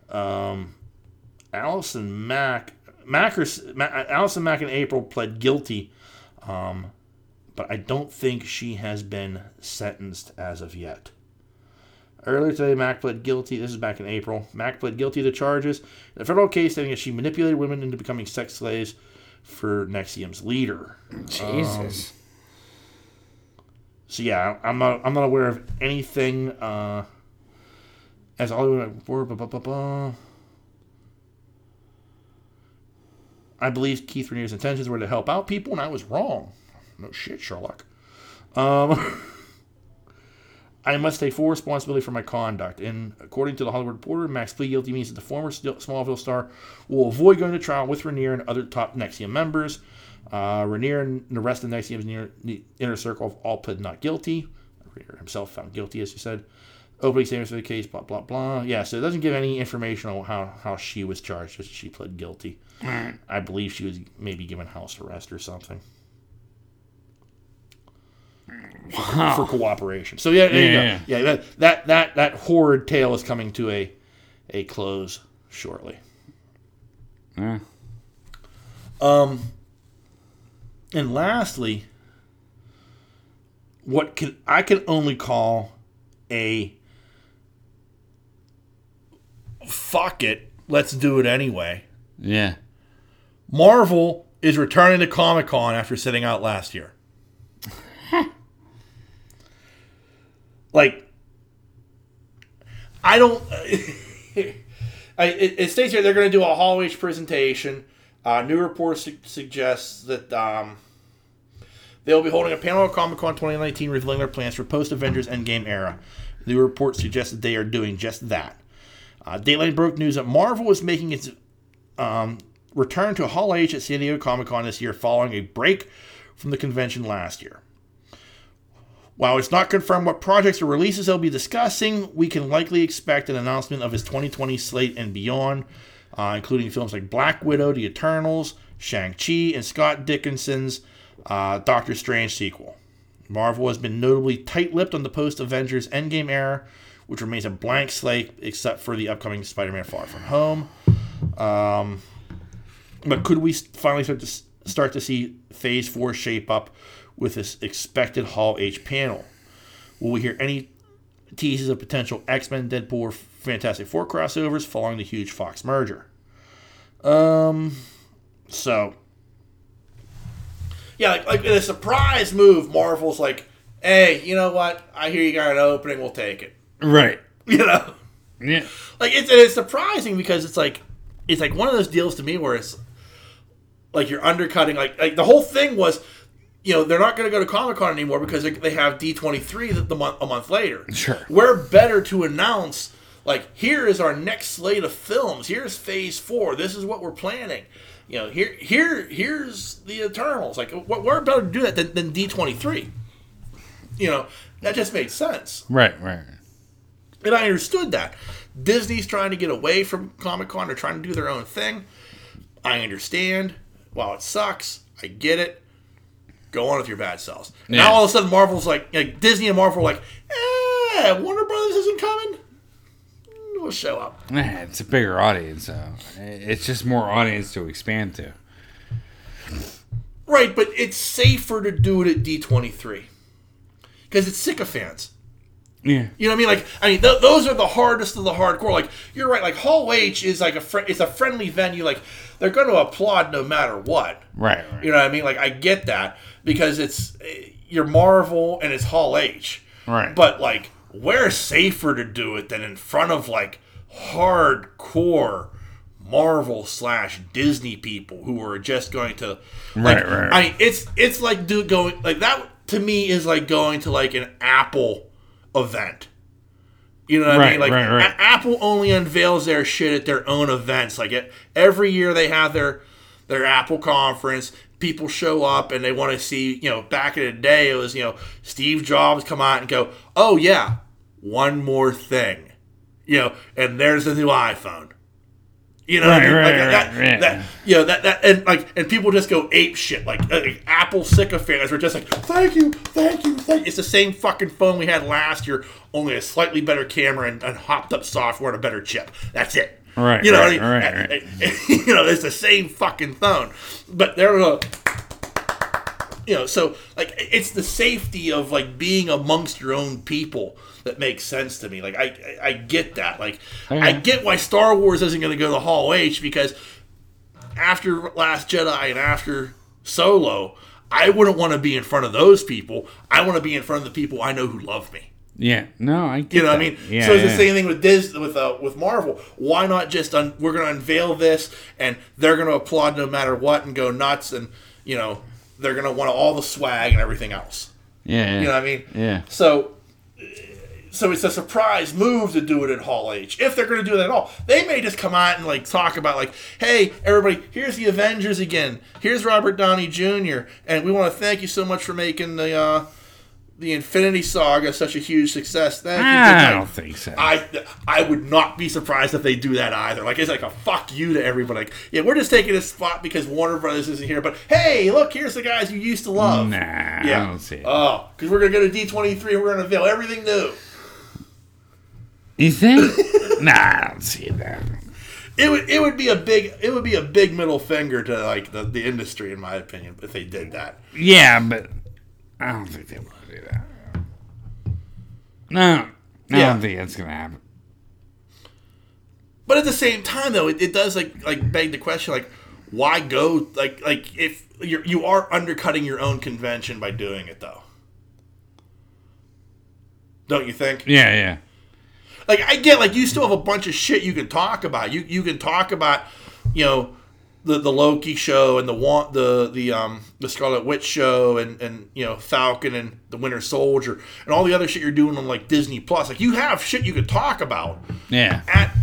Speaker 5: um, Allison Mack, Mackers, Ma- Allison Mack and April pled guilty, um, but I don't think she has been sentenced as of yet. Earlier today, Mack pled guilty. This is back in April. Mack pled guilty to charges in a federal case stating that she manipulated women into becoming sex slaves for Nexium's leader. Um,
Speaker 6: Jesus.
Speaker 5: So yeah, I'm not I'm not aware of anything uh, as all blah, blah, blah, blah. I believe Keith Renier's intentions were to help out people, and I was wrong. No shit, Sherlock. Um, I must take full responsibility for my conduct. And according to the Hollywood Reporter, Max plea guilty means that the former St- Smallville star will avoid going to trial with Rainier and other top Nexium members. Uh, Rainier and the rest of Nexium's near, the inner circle have all pled not guilty. Rainier himself found guilty, as you said. Opening statements for the case, blah, blah, blah. Yeah, so it doesn't give any information on how, how she was charged, just she pled guilty. I believe she was maybe given house arrest or something. for cooperation. So yeah, there you
Speaker 6: Yeah,
Speaker 5: go.
Speaker 6: yeah,
Speaker 5: yeah, that, that that that horrid tale is coming to a a close shortly.
Speaker 6: Yeah.
Speaker 5: And lastly, what can I can only call a fuck it, let's do it anyway.
Speaker 6: Yeah.
Speaker 5: Marvel is returning to Comic Con after sitting out last year. like, I don't. I, it, it states here they're going to do a Hall H presentation. Uh, new reports su- suggests that um, they'll be holding a panel at Comic Con 2019 revealing their plans for post Avengers Endgame era. The report suggests that they are doing just that. Uh, Dateline broke news that Marvel is making its returned to Hall H at San Diego Comic Con this year following a break from the convention last year. While it's not confirmed what projects or releases they'll be discussing, we can likely expect an announcement of his 2020 slate and beyond, uh, including films like Black Widow, The Eternals, Shang-Chi, and Scott Dickinson's uh, Doctor Strange sequel. Marvel has been notably tight lipped on the post Avengers Endgame era, which remains a blank slate except for the upcoming Spider Man Far From Home. But could we finally start to s- start to see Phase Four shape up with this expected Hall H panel? Will we hear any teases of potential X Men, Deadpool, or Fantastic Four crossovers following the huge Fox merger? Um, so yeah, like, like in a surprise move, Marvel's like, hey, you know what? I hear you got an opening, we'll take it.
Speaker 6: Right.
Speaker 5: You know
Speaker 6: Yeah.
Speaker 5: like it's, and it's surprising because it's like it's like one of those deals to me where it's like you're undercutting like like the whole thing was you know they're not going to go to Comic Con anymore because they, they have D23 the, the month, a month later.
Speaker 6: Sure.
Speaker 5: we're better to announce like here is our next slate of films. Here's Phase Four. This is what we're planning. You know here here here's the Eternals. Like what we're better to do that than, than D23. You know that just made sense.
Speaker 6: Right. Right.
Speaker 5: And I understood that. Disney's trying to get away from Comic Con. They're trying to do their own thing. I understand. While it sucks, I get it. Go on with your bad selves.
Speaker 6: Yeah.
Speaker 5: Now all of a sudden, Marvel's like, like Disney and Marvel are like, eh, Warner Brothers isn't coming. We'll show up.
Speaker 6: Yeah, it's a bigger audience, though. It's just more audience to expand to.
Speaker 5: Right, but it's safer to do it at D23 because it's sycophants.
Speaker 6: Yeah.
Speaker 5: You know what I mean? Like, I mean, th- those are the hardest of the hardcore. Like, you're right. Like, Hall H is like a fr- it's a friendly venue. Like, they're going to applaud no matter what.
Speaker 6: Right. right.
Speaker 5: You know what I mean? Like, I get that because it's eh, you're Marvel and it's Hall H.
Speaker 6: Right.
Speaker 5: But like, where safer to do it than in front of like hardcore Marvel slash Disney people who are just going to like,
Speaker 6: Right, right.
Speaker 5: I mean, it's it's like dude going like that to me is like going to like an Apple event. You know what I
Speaker 6: Right,
Speaker 5: mean? Like
Speaker 6: right, right.
Speaker 5: A- Apple only unveils their shit at their own events. Like it, every year they have their their Apple conference. People show up and they want to see. You know, back in the day it was you know Steve Jobs come out and go, oh yeah, one more thing. You know, and there's the new iPhone. You know, what I
Speaker 6: Right,
Speaker 5: mean?
Speaker 6: right,
Speaker 5: like, that,
Speaker 6: right, right.
Speaker 5: that, you know, that, that, and like, and people just go ape shit. Like, uh, like, Apple sycophants are just like, thank you, thank you, thank you. It's the same fucking phone we had last year, only a slightly better camera and, and hopped up software and a better chip. That's it.
Speaker 6: Right,
Speaker 5: You know,
Speaker 6: right,
Speaker 5: what I mean? Uh,
Speaker 6: right, right.
Speaker 5: you know, it's the same fucking phone, but they're a, you know, so like it's the safety of like being amongst your own people that makes sense to me. Like I, I, I get that. Like I get why Star Wars isn't going to go to Hall H because after Last Jedi and after Solo, I wouldn't want to be in front of those people. I want to be in front of the people I know who love me.
Speaker 6: Yeah. No, I get
Speaker 5: You know what I
Speaker 6: that.
Speaker 5: mean?
Speaker 6: Yeah,
Speaker 5: so it's
Speaker 6: yeah.
Speaker 5: the same thing with Dis with uh, with Marvel. Why not just un- we're going to unveil this and they're going to applaud no matter what and go nuts and you know they're going to want all the swag and everything else.
Speaker 6: Yeah, yeah.
Speaker 5: You know what I mean?
Speaker 6: Yeah.
Speaker 5: So so it's a surprise move to do it at Hall H if they're going to do that at all. They may just come out and like talk about like, hey, everybody, here's the Avengers again. Here's Robert Downey Jr. and we want to thank you so much for making the. uh the Infinity Saga such a huge success. Thank you.
Speaker 6: I
Speaker 5: Good
Speaker 6: don't
Speaker 5: night.
Speaker 6: think so.
Speaker 5: I I would not be surprised if they do that either. Like it's like a fuck you to everybody. Like yeah, we're just taking this spot because Warner Brothers isn't here. But hey, look, here's the guys you used to love.
Speaker 6: Nah,
Speaker 5: Yeah.
Speaker 6: I don't see it.
Speaker 5: Oh, because we're gonna go to D twenty three and we're gonna unveil everything new.
Speaker 6: you think? nah, I don't see that.
Speaker 5: It would it would be a big it would be a big middle finger to like the, the industry in my opinion if they did that.
Speaker 6: Yeah, but I don't think they want to do that. No, I
Speaker 5: Yeah.
Speaker 6: don't think that's gonna happen.
Speaker 5: But at the same time, though, it, it does like like beg the question like why go like like if you're you are undercutting your own convention by doing it though. Don't you think?
Speaker 6: Yeah, yeah.
Speaker 5: Like I get like you still have a bunch of shit you can talk about. You you can talk about you know the the Loki show and the want the the um the Scarlet Witch show and and you know Falcon and the Winter Soldier and all the other shit you're doing on like Disney Plus. Like you have shit you could talk about
Speaker 6: Yeah.
Speaker 5: at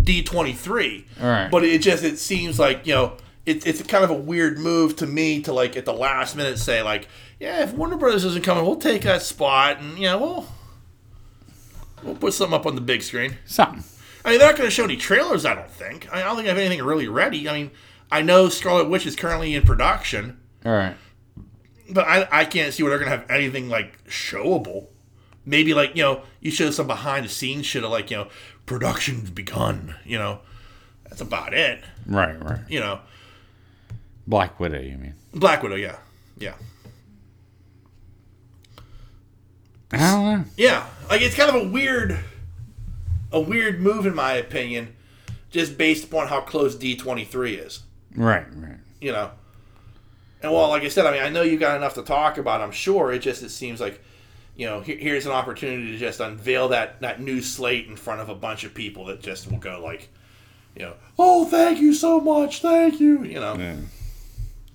Speaker 5: D23.
Speaker 6: Alright.
Speaker 5: But it just it seems like, you know, it, it's kind of a weird move to me to like at the last minute say like, yeah, if Warner Brothers isn't coming, we'll take that spot and you know, we'll we'll put something up on the big screen.
Speaker 6: Something.
Speaker 5: I mean, they're not going to show any trailers, I don't think. I, I don't think I have anything really ready. I mean, I know Scarlet Witch is currently in production,
Speaker 6: All right.
Speaker 5: but I, I can't see where they're going to have anything like showable. Maybe like, you know, you show some behind the scenes shit of like, you know, production's begun, you know. That's about it,
Speaker 6: Right, right.
Speaker 5: you know.
Speaker 6: Black Widow, you mean?
Speaker 5: Black Widow, yeah. Yeah.
Speaker 6: I don't know.
Speaker 5: Yeah. Like it's kind of a weird a weird move in my opinion, just based upon how close D twenty three is.
Speaker 6: Right, right.
Speaker 5: you know. And well, like I said, I mean, I know you got enough to talk about. I'm sure. It just it seems like, you know, here, here's an opportunity to just unveil that that new slate in front of a bunch of people that just will go like, you know, oh, thank you so much, thank you. You know,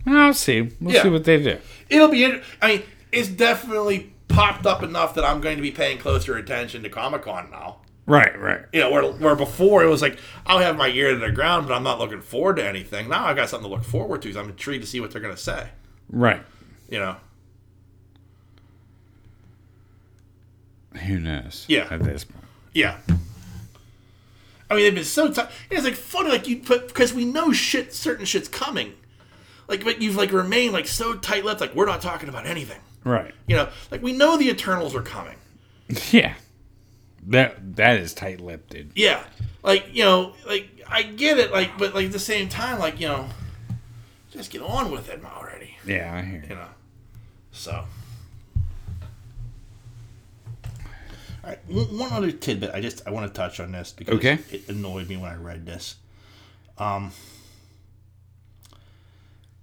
Speaker 6: I'll see. We'll
Speaker 5: Yeah.
Speaker 6: see what they do.
Speaker 5: it'll be. Inter- I mean, it's definitely popped up enough that I'm going to be paying closer attention to Comic Con now.
Speaker 6: Right, right.
Speaker 5: You know, where, where before it was like, I'll have my ear to the ground, but I'm not looking forward to anything. Now I've got something to look forward to. So I'm intrigued to see what they're going to say.
Speaker 6: Right.
Speaker 5: You know.
Speaker 6: Who knows?
Speaker 5: Yeah.
Speaker 6: At this point.
Speaker 5: Yeah. I mean, they've been so tough. It's like funny, like you put because we know shit, certain shit's coming. Like, but you've like remained like so tight-lipped, like we're not talking about anything.
Speaker 6: Right.
Speaker 5: You know, like we know the Eternals are coming.
Speaker 6: Yeah. That that is tight lipped, dude.
Speaker 5: Yeah, like you know, like I get it, like but like at the same time, like you know, just get on with it already.
Speaker 6: Yeah, I hear.
Speaker 5: You
Speaker 6: You.
Speaker 5: know, so. All right, one one other tidbit. I just I want to touch on this because
Speaker 6: Okay.
Speaker 5: it annoyed me when I read this. Um,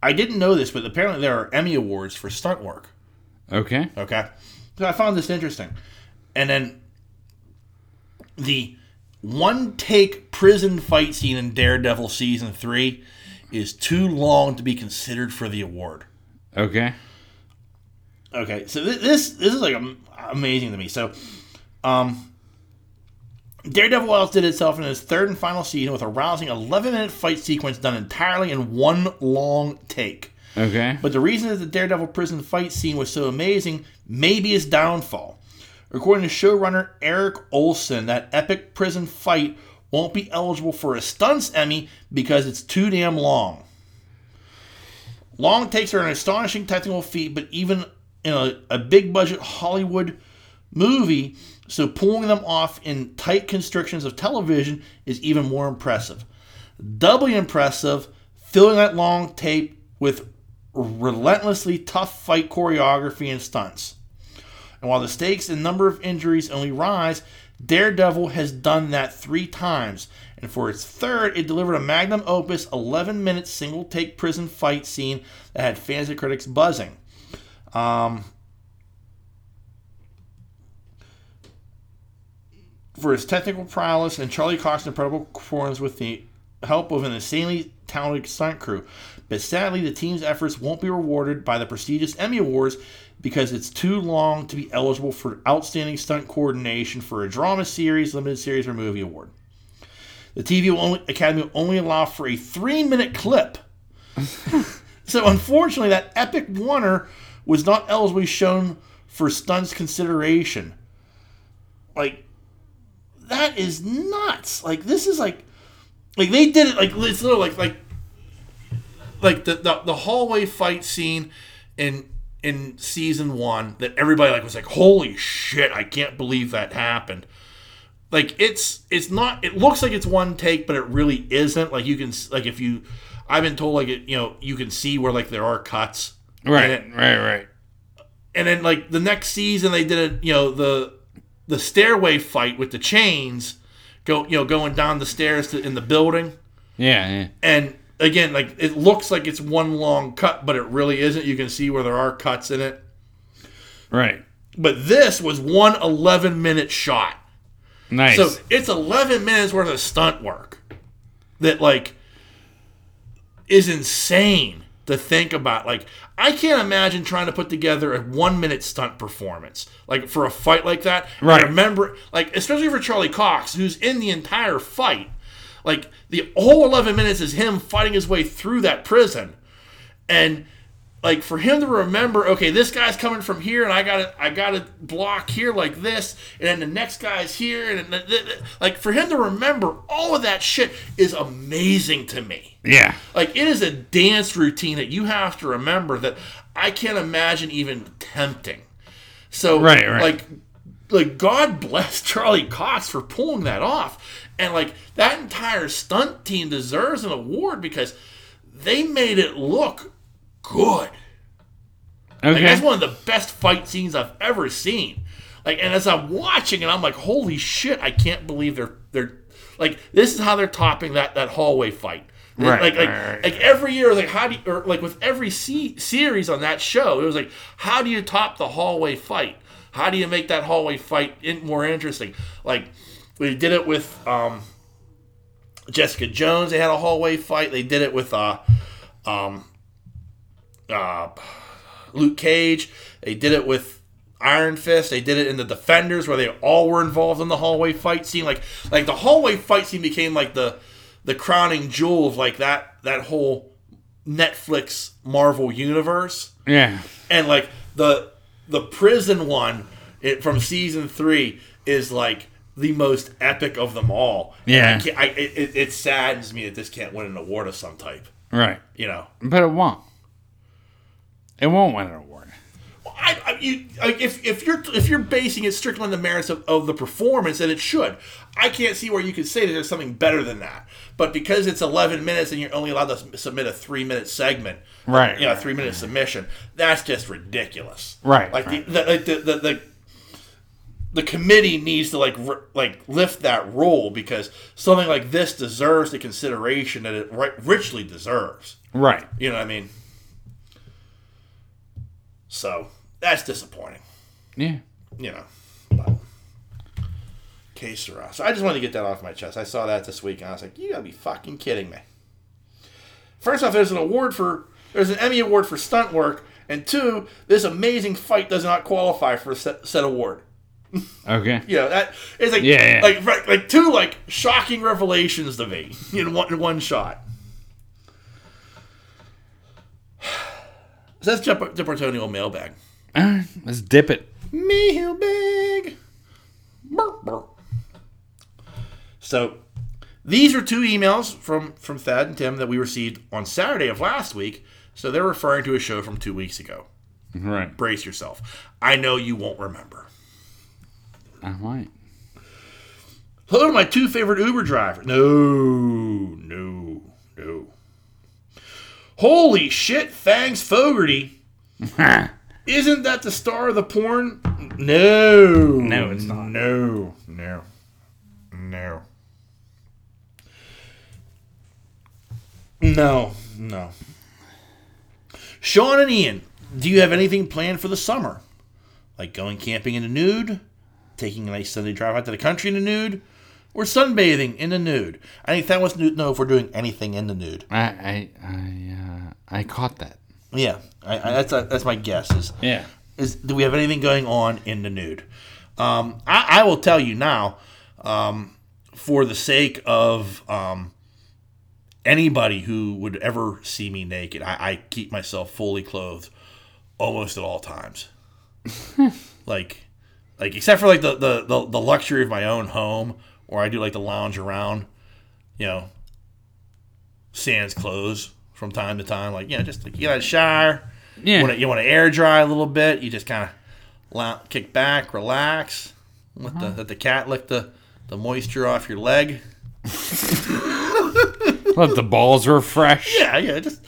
Speaker 5: I didn't know this, but apparently there are Emmy awards for stunt work.
Speaker 6: Okay.
Speaker 5: Okay. So I found this interesting. And then the one take prison fight scene in Daredevil season three is too long to be considered for the award.
Speaker 6: Okay.
Speaker 5: Okay, so thi- this this is like am- amazing to me. So, um, Daredevil outdid itself in its third and final season with a rousing 11 minute fight sequence done entirely in one long take.
Speaker 6: Okay.
Speaker 5: But the reason that the Daredevil prison fight scene was so amazing may be its downfall. According to showrunner Eric Olson, that epic prison fight won't be eligible for a stunts Emmy because it's too damn long. Long takes are an astonishing technical feat, but even in a, a big budget Hollywood movie, so pulling them off in tight constrictions of television is even more impressive. Doubly impressive, filling that long tape with relentlessly tough fight choreography and stunts. And while the stakes and number of injuries only rise, Daredevil has done that three times. And for its third, it delivered a magnum opus 11 minute single take prison fight scene that had fans and critics buzzing. Um, for his technical prowess and Charlie Cox's incredible performance with the help of an insanely talented stunt crew. But sadly, the team's efforts won't be rewarded by the prestigious Emmy Awards because it's too long to be eligible for Outstanding Stunt Coordination for a drama series, limited series, or movie award. The TV will only, Academy will only allow for a three minute clip. so, unfortunately, that epic winner was not eligibly shown for stunts consideration. Like, that is nuts. Like this is like like they did it like it's little like like like the, the the hallway fight scene in in season one that everybody like was like holy shit I can't believe that happened. Like it's it's not it looks like it's one take but it really isn't like you can s- like if you I've been told like it you know you can see where like there are cuts
Speaker 6: Right.
Speaker 5: And it-
Speaker 6: right. Right.
Speaker 5: and then like the next season they did it you know the the stairway fight with the chains go you know going down the stairs to, in the building
Speaker 6: Yeah. Yeah.
Speaker 5: and again like it looks like it's one long cut but it really isn't you can see where there are cuts in it
Speaker 6: Right.
Speaker 5: but this was one 11 minute shot
Speaker 6: Nice.
Speaker 5: so it's 11 minutes worth of stunt work that like is insane to think about. Like I can't imagine trying to put together a one minute stunt performance like for a fight like that. And
Speaker 6: Right.
Speaker 5: remember, like especially for Charlie Cox, who's in the entire fight. Like the whole 11 minutes is him fighting his way through that prison, and like for him to remember, okay, this guy's coming from here, and I got to I got to block here like this, and then the next guy's here, and then th- th- like for him to remember all of that shit is amazing to me.
Speaker 6: yeah.
Speaker 5: Like it is a dance routine that you have to remember that I can't imagine even tempting. So
Speaker 6: Right, right.
Speaker 5: like like God bless Charlie Cox for pulling that off. And like that entire stunt team deserves an award because they made it look good. Like,
Speaker 6: Okay.
Speaker 5: that's one of the best fight scenes I've ever seen. Like, and as I'm watching it, I'm like, holy shit! I can't believe they're they're like this is how they're topping that that hallway fight.
Speaker 6: Right,
Speaker 5: Like, like,
Speaker 6: right, right.
Speaker 5: like every year, like how do you, or like with every se- series on that show, it was like, how do you top the hallway fight? How do you make that hallway fight in, more interesting? Like, we did it with um, Jessica Jones. They had a hallway fight. They did it with uh, um, uh, Luke Cage. They did it with Iron Fist. They did it in the Defenders, where they all were involved in the hallway fight scene. Like, like the hallway fight scene became like the the crowning jewel of like that that whole Netflix Marvel universe
Speaker 6: yeah.
Speaker 5: and like the the prison one it, from season three is like the most epic of them all. And
Speaker 6: Yeah.
Speaker 5: I can't, I, it, it- it saddens me that this can't win an award of some type.
Speaker 6: Right.
Speaker 5: You know,
Speaker 6: But it won't. It won't win an award.
Speaker 5: Well, I, I, you, like if, if you're if you're basing it strictly on the merits of, of the performance, then it should. I can't see where you could say that there's something better than that. But because it's 11 minutes and you're only allowed to s- submit a three minute segment,
Speaker 6: Right,
Speaker 5: You know,
Speaker 6: right,
Speaker 5: a three minute submission. That's just ridiculous,
Speaker 6: Right,
Speaker 5: Like
Speaker 6: right.
Speaker 5: The, the, like the, the the the committee needs to like r- like lift that role because something like this deserves the consideration that it ri- richly deserves.
Speaker 6: Right.
Speaker 5: You know what I mean? So that's disappointing.
Speaker 6: Yeah.
Speaker 5: You know. But case sera. So I just wanted to get that off my chest. I saw that this week and I was like, you gotta be fucking kidding me. First off, there's an award for there's an Emmy award for stunt work, And two, this amazing fight does not qualify for a set, set award.
Speaker 6: Okay.
Speaker 5: You know, that it's like
Speaker 6: Yeah, yeah.
Speaker 5: like right, like two like shocking revelations to me in one in one shot. So that's Dep- Deportonio mailbag.
Speaker 6: Alright, Uh, let's dip it.
Speaker 5: Mailbag. Burp, burp. So these are two emails from from Thad and Tim that we received on Saturday of last week. So they're referring to a show from two weeks ago.
Speaker 6: Right.
Speaker 5: Brace yourself. I know you won't remember.
Speaker 6: I might.
Speaker 5: Hello to my two favorite Uber drivers. No, no, no. Holy shit, Fangs Fogarty. Isn't that the star of the porn? No. No,
Speaker 6: it's not.
Speaker 5: No, no, no. No, no. Sean and Ian, do you have anything planned for the summer? Like going camping in the nude? Taking a nice Sunday drive out to the country in the nude? Or sunbathing in the nude? I think that was nude. No, if we're doing anything in the nude.
Speaker 6: I I I uh, I caught that.
Speaker 5: Yeah, I, I, that's uh, that's my guess. Is
Speaker 6: Yeah.
Speaker 5: is do we have anything going on in the nude? Um, I, I will tell you now, um, for the sake of um, anybody who would ever see me naked, I, I keep myself fully clothed almost at all times. like, like except for like the, the the the luxury of my own home, where I do like to lounge around, you know, sans clothes from time to time. Like, yeah, just like you got a shower.
Speaker 6: Yeah.
Speaker 5: You want to you want to air dry a little bit. You just kind of la- kick back, relax, let the let the cat lick the the moisture off your leg.
Speaker 6: Let the balls refresh.
Speaker 5: Yeah, yeah, just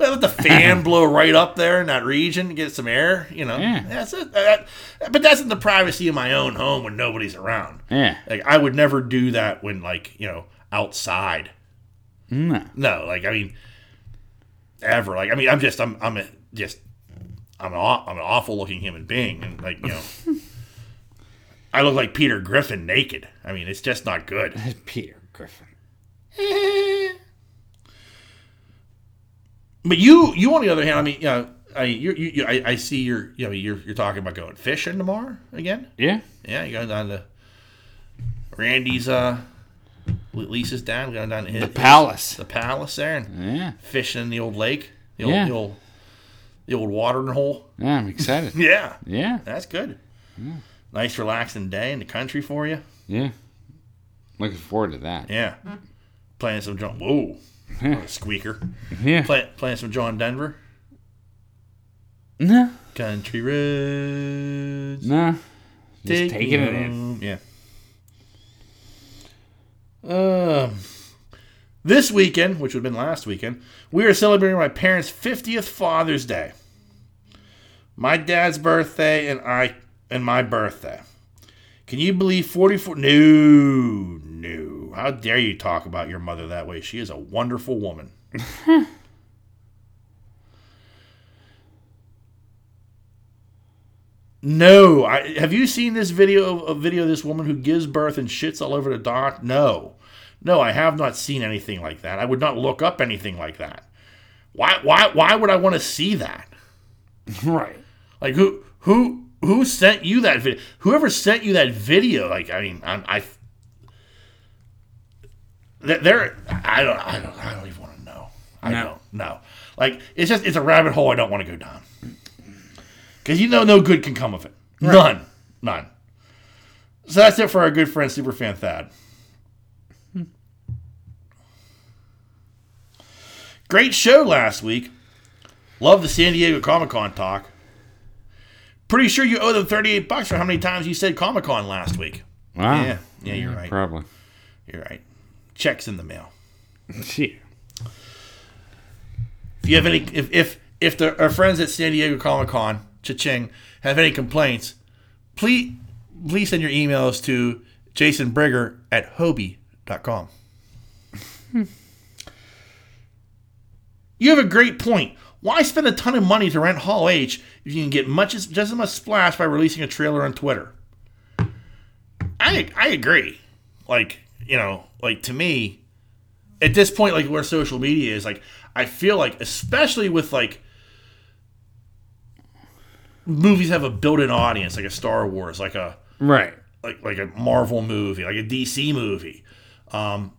Speaker 5: let the fan blow right up there in that region, get some air. You know,
Speaker 6: Yeah.
Speaker 5: that's it. That- but that's in the privacy of my own home when nobody's around.
Speaker 6: Yeah.
Speaker 5: Like I would never do that when like you know outside.
Speaker 6: No.
Speaker 5: No, like I mean, ever. Like I mean, I'm just I'm I'm a, just I'm an aw- I'm an awful looking human being, and like you know, I look like Peter Griffin naked. I mean, it's just not good.
Speaker 6: Peter Griffin.
Speaker 5: But you you on the other hand, I mean, you know, I you, you, you I, I see you're you know you're you're talking about going fishing tomorrow again.
Speaker 6: Yeah.
Speaker 5: Yeah, you're going down to Randy's uh Lisa's dad. Going down to his,
Speaker 6: The palace.
Speaker 5: the palace there and
Speaker 6: Yeah.
Speaker 5: fishing in the old lake, the old
Speaker 6: Yeah.
Speaker 5: the old the old watering hole.
Speaker 6: Yeah, I'm excited.
Speaker 5: Yeah.
Speaker 6: Yeah.
Speaker 5: That's good. Nice relaxing day in the country for you.
Speaker 6: Yeah. Looking forward to that.
Speaker 5: Yeah. Playing some John. Whoa. What a squeaker.
Speaker 6: Yeah.
Speaker 5: Play, playing some John Denver.
Speaker 6: No.
Speaker 5: Country roads.
Speaker 6: No. Just
Speaker 5: take
Speaker 6: taking
Speaker 5: me
Speaker 6: it in.
Speaker 5: home. Yeah. Um, this weekend, which would have been last weekend, we are celebrating my parents' 50th Father's Day. My dad's birthday and I and my birthday. Can you believe 44 No, no. How dare you talk about your mother that way? She is a wonderful woman. No, I, have you seen this video of a video of this woman who gives birth and shits all over the dock? No, no, I have not seen anything like that. I would not look up anything like that. Why, why, why would I want to see that?
Speaker 6: Right.
Speaker 5: Like who, who, who sent you that video? Whoever sent you that video? Like I mean, I'm, I, there- there, I don't, I don't, I don't even want to know. I
Speaker 6: No.
Speaker 5: don't know. Like it's just, it's a rabbit hole. I don't want to go down. Because you know no good can come of it. None. None. So that's it for our good friend Superfan Thad. Great show last week. Love the San Diego Comic Con talk. Pretty sure you owe them 38 bucks for how many times you said Comic Con last week.
Speaker 6: Wow.
Speaker 5: Yeah. Yeah, you're right.
Speaker 6: Probably.
Speaker 5: You're right. Checks in the mail.
Speaker 6: Shit.
Speaker 5: If you have any, if if if the, our friends at San Diego Comic Con, cha-ching, have any complaints, please please send your emails to Jason Brigger at Hobie.com. you have a great point. Why spend a ton of money to rent Hall H if you can get much as, just as much splash by releasing a trailer on Twitter? I I agree. Like you know, like to me, at this point, like where social media is, like I feel like, especially with like movies have a built-in audience, like a Star Wars, like a
Speaker 6: Right.
Speaker 5: like like a Marvel movie, like a DC movie. Um,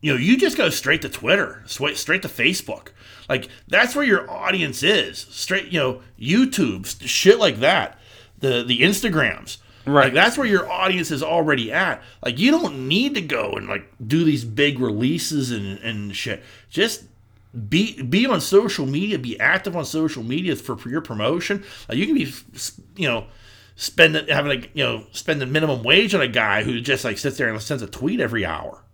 Speaker 5: you know, you just go straight to Twitter, straight straight to Facebook. Like that's where your audience is. Straight, you know, YouTube, s- shit like that. The the Instagrams.
Speaker 6: Right.
Speaker 5: Like that's where your audience is already at. Like you don't need to go and like do these big releases and and shit. Just be be on social media, be active on social media for, for your promotion. Like you can be, s- you know, spending having a you know spending minimum wage on a guy who just like sits there and sends a tweet every hour.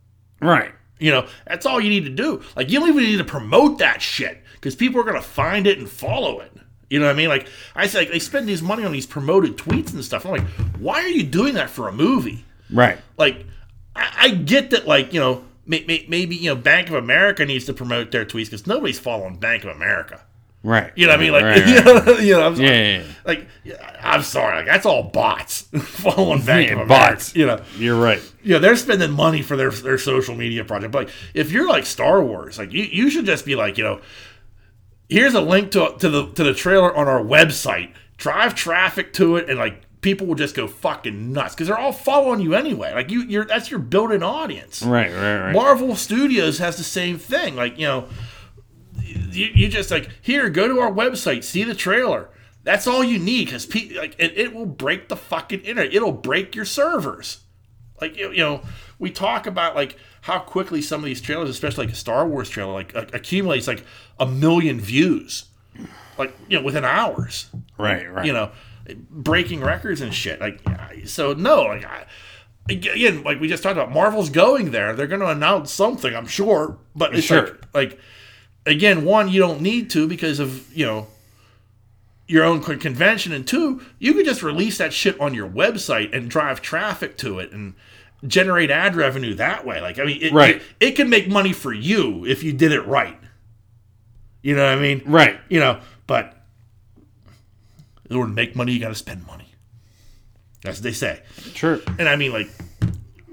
Speaker 6: Right.
Speaker 5: You know, that's all you need to do. Like, you don't even need to promote that shit because people are going to find it and follow it. You know what I mean? Like, I say, like, they spend these money on these promoted tweets and stuff. I'm like, why are you doing that for a movie?
Speaker 6: Right.
Speaker 5: Like, I, I get that, like, you know, may, may, maybe, you know, Bank of America needs to promote their tweets because nobody's following Bank of America.
Speaker 6: Right.
Speaker 5: You know what I mean? Like,
Speaker 6: Right,
Speaker 5: you
Speaker 6: right.
Speaker 5: know, you know, I'm sorry.
Speaker 6: Yeah, yeah, yeah.
Speaker 5: Like, yeah, I'm sorry. Like, that's all bots following Bank
Speaker 6: Yeah,
Speaker 5: of America.
Speaker 6: bots.
Speaker 5: You know,
Speaker 6: You're right.
Speaker 5: yeah, they're spending money for their their social media project. But like, if you're like Star Wars, like you, you should just be like, you know, here's a link to to the to the trailer on our website. Drive traffic to it, and like people will just go fucking nuts because they're all following you anyway. Like you, you're that's your built-in audience.
Speaker 6: Right, right, right.
Speaker 5: Marvel Studios has the same thing. Like you know, you, you just like here, go to our website, see the trailer. That's all you need because pe- like it, it will break the fucking internet. It'll break your servers. Like you, you know, we talk about like how quickly some of these trailers, especially like a Star Wars trailer, like a- accumulates like a million views, like you know, within hours
Speaker 6: Right, right.
Speaker 5: you know, breaking records and shit. Like, so no, like, I, again, like we just talked about, Marvel's going there. They're going to announce something, I'm sure. But it's
Speaker 6: Sure.
Speaker 5: like, like, again, one, you don't need to because of you know your own con- convention, and two, you can just release that shit on your website and drive traffic to it and generate ad revenue that way. Like, I mean, it,
Speaker 6: Right.
Speaker 5: it, it can make money for you if you did it right. You know what I mean?
Speaker 6: Right.
Speaker 5: You know, but in order to make money, you got to spend money. That's what they say.
Speaker 6: Sure.
Speaker 5: And I mean, like,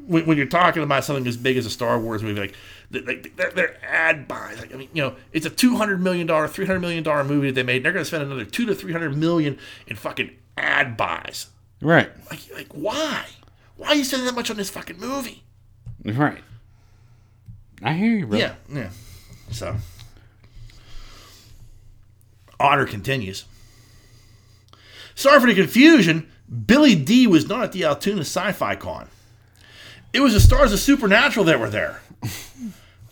Speaker 5: when, when you're talking about something as big as a Star Wars movie, like, th- like their, their ad buys, like, I mean, you know, it's a two hundred million dollar, three hundred million dollar movie that they made. They're going to spend another two to three hundred million in fucking ad buys.
Speaker 6: Right.
Speaker 5: Like, like why? Why are you spending that much on this fucking movie?
Speaker 6: Right. I hear you, bro.
Speaker 5: Yeah, yeah. So, Otter continues. Sorry for the confusion. Billy D was not at the Altoona Sci Fi Con. It was the stars of Supernatural that were there.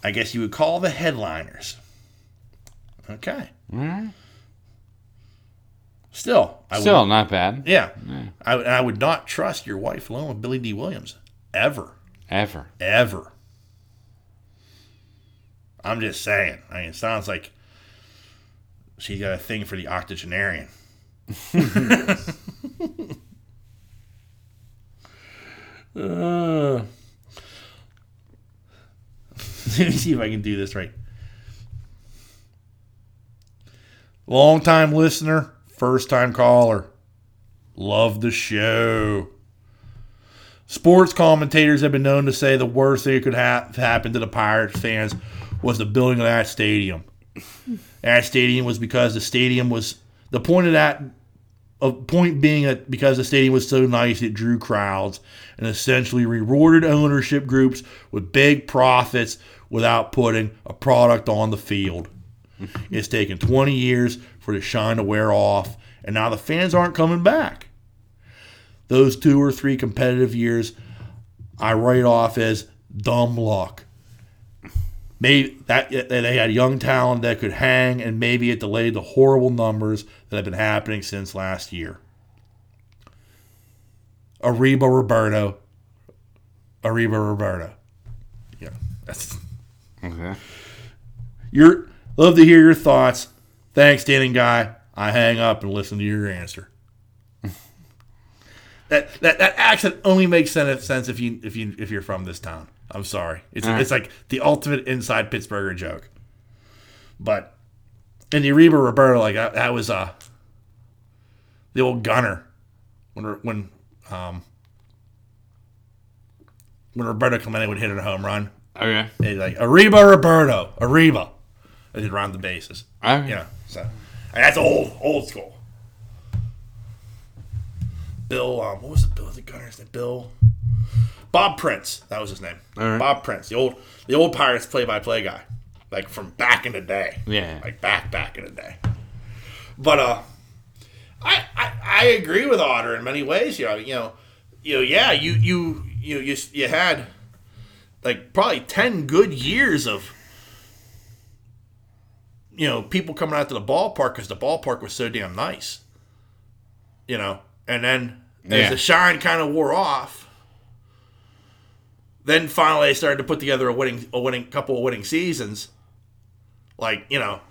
Speaker 5: I guess you would call the headliners. Okay. Mm-hmm. Still, I would,
Speaker 6: Still not bad.
Speaker 5: yeah. I, I would not trust your wife alone with Billy D. Williams ever
Speaker 6: Ever.
Speaker 5: ever. I'm just saying. I mean, it sounds like she's got a thing for the octogenarian. Uh, Let me see if I can do this right. Long time listener, first time caller. Love the show. Sports commentators have been known to say the worst thing that could ha- happen to the Pirates fans was the building of that stadium. that stadium was because the stadium was the point of that of point being that because the stadium was so nice it drew crowds and essentially rewarded ownership groups with big profits without putting a product on the field. it's taken 20 years for the shine to wear off and now the fans aren't coming back those two or three competitive years I write off as dumb luck. Maybe that they had young talent that could hang, and maybe it delayed the horrible numbers that have been happening since last year. Ariba Roberto, Ariba Roberto. Yeah, that's
Speaker 6: Okay.
Speaker 5: your love to hear your thoughts. Thanks, standing guy. I hang up and listen to your answer. that, that that accent only makes sen- sense if you if you if you're from this town. I'm sorry. It's it's like the ultimate inside Pittsburgher joke. But and the Reba Roberto like that, that was uh the old gunner when when um when Roberto Clemente would hit a home run
Speaker 6: Okay.
Speaker 5: He's like Ariba Roberto, Ariba. And he'd round the bases.
Speaker 6: Okay.
Speaker 5: You know, so and that's old, old school. Bill. Um, what was the Bill? The Gunner's name? Bill. Bob Prince. That was his name.
Speaker 6: All right.
Speaker 5: Bob Prince, the old the old Pirates play-by-play guy, like from back in the day.
Speaker 6: Yeah.
Speaker 5: Like back back in the day. But uh, I I, I agree with Otter in many ways. You know, you know, you know, yeah, you you you you you had like probably ten good years of you know, people coming out to the ballpark because the ballpark was so damn nice. You know, and then
Speaker 6: Yeah.
Speaker 5: as the shine kind of wore off, then finally they started to put together a winning, a winning couple of winning seasons. Like you know,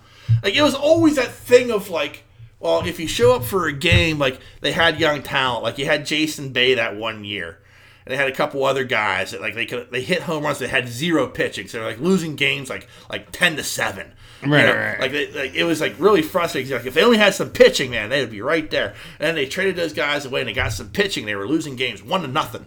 Speaker 5: like it was always that thing of like, well, if you show up for a game, like they had young talent, like you had Jason Bay that one year. And they had a couple other guys that like they could they hit home runs. They had zero pitching, so they're like losing games like like ten to seven. You
Speaker 6: Right,
Speaker 5: know,
Speaker 6: right, right.
Speaker 5: Like, they, like it was like really frustrating. 'cause, Like if they only had some pitching, man, they would be right there. And then they traded those guys away and they got some pitching. They were losing games one to nothing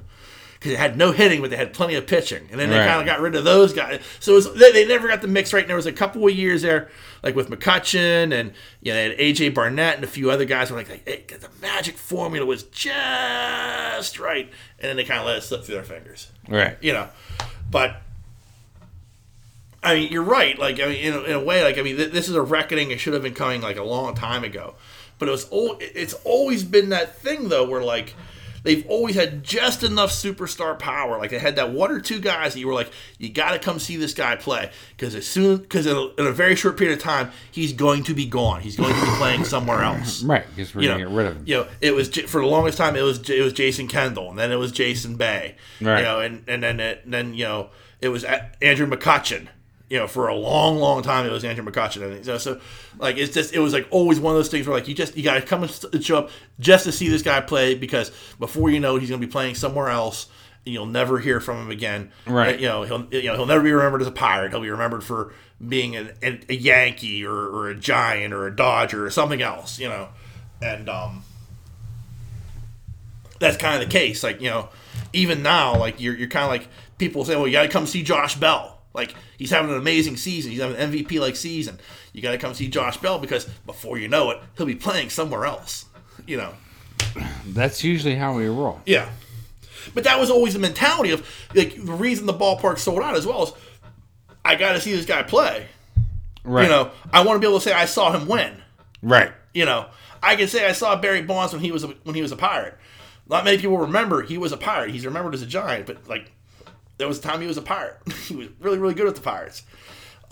Speaker 5: because they had no hitting, but they had plenty of pitching. And then they
Speaker 6: Right.
Speaker 5: kind of got rid of those guys. So it was, they, they never got the mix right. And there was a couple of years there, like with McCutcheon and you know they had AJ Barnett and a few other guys. Were like, like "Hey, the magic formula was just right, and then they kind of let it slip through their fingers
Speaker 6: Right.
Speaker 5: you know but i mean you're right like i mean in a, in a way like i mean th- this is a reckoning it should have been coming like a long time ago but it was al- it's always been that thing though where like they've always had just enough superstar power like they had that one or two guys that you were like you gotta come see this guy play because as soon because in, a- in a very short period of time he's going to be gone he's going to be playing somewhere else
Speaker 6: Right, because we're
Speaker 5: you
Speaker 6: gonna
Speaker 5: know,
Speaker 6: get rid of him.
Speaker 5: You know, it was J- for the longest time. It was J- it was Jason Kendall, and then it was Jason Bay.
Speaker 6: Right.
Speaker 5: You know, and and then it, and then you know it was A- Andrew McCutcheon. You know, for a long, long time, it was Andrew McCutcheon. And so, so, like, it's just, it was like always one of those things where, like, you just, you got to come and s- show up just to see this guy play because before you know it, he's going to be playing somewhere else and you'll never hear from him again.
Speaker 6: Right.
Speaker 5: You know, he'll, you know, he'll never be remembered as a pirate. He'll be remembered for being an, an, a Yankee or, or a Giant or a Dodger or something else, you know. And, um, that's kind of the case. Like you know, even now, like you're you're kind of like people say, well, you got to come see Josh Bell. Like he's having an amazing season. He's having an MVP like season. You got to come see Josh Bell because before you know it, he'll be playing somewhere else. You know.
Speaker 6: That's usually how we roll.
Speaker 5: Yeah. But that was always the mentality of like the reason the ballpark sold out as well is I got to see this guy play.
Speaker 6: Right.
Speaker 5: You know, I want to be able to say I saw him win.
Speaker 6: Right.
Speaker 5: You know, I can say I saw Barry Bonds when he was a, when he was a pirate. Not many people remember he was a pirate. He's remembered as a giant, but like there was a time he was a pirate. he was really really good at the pirates.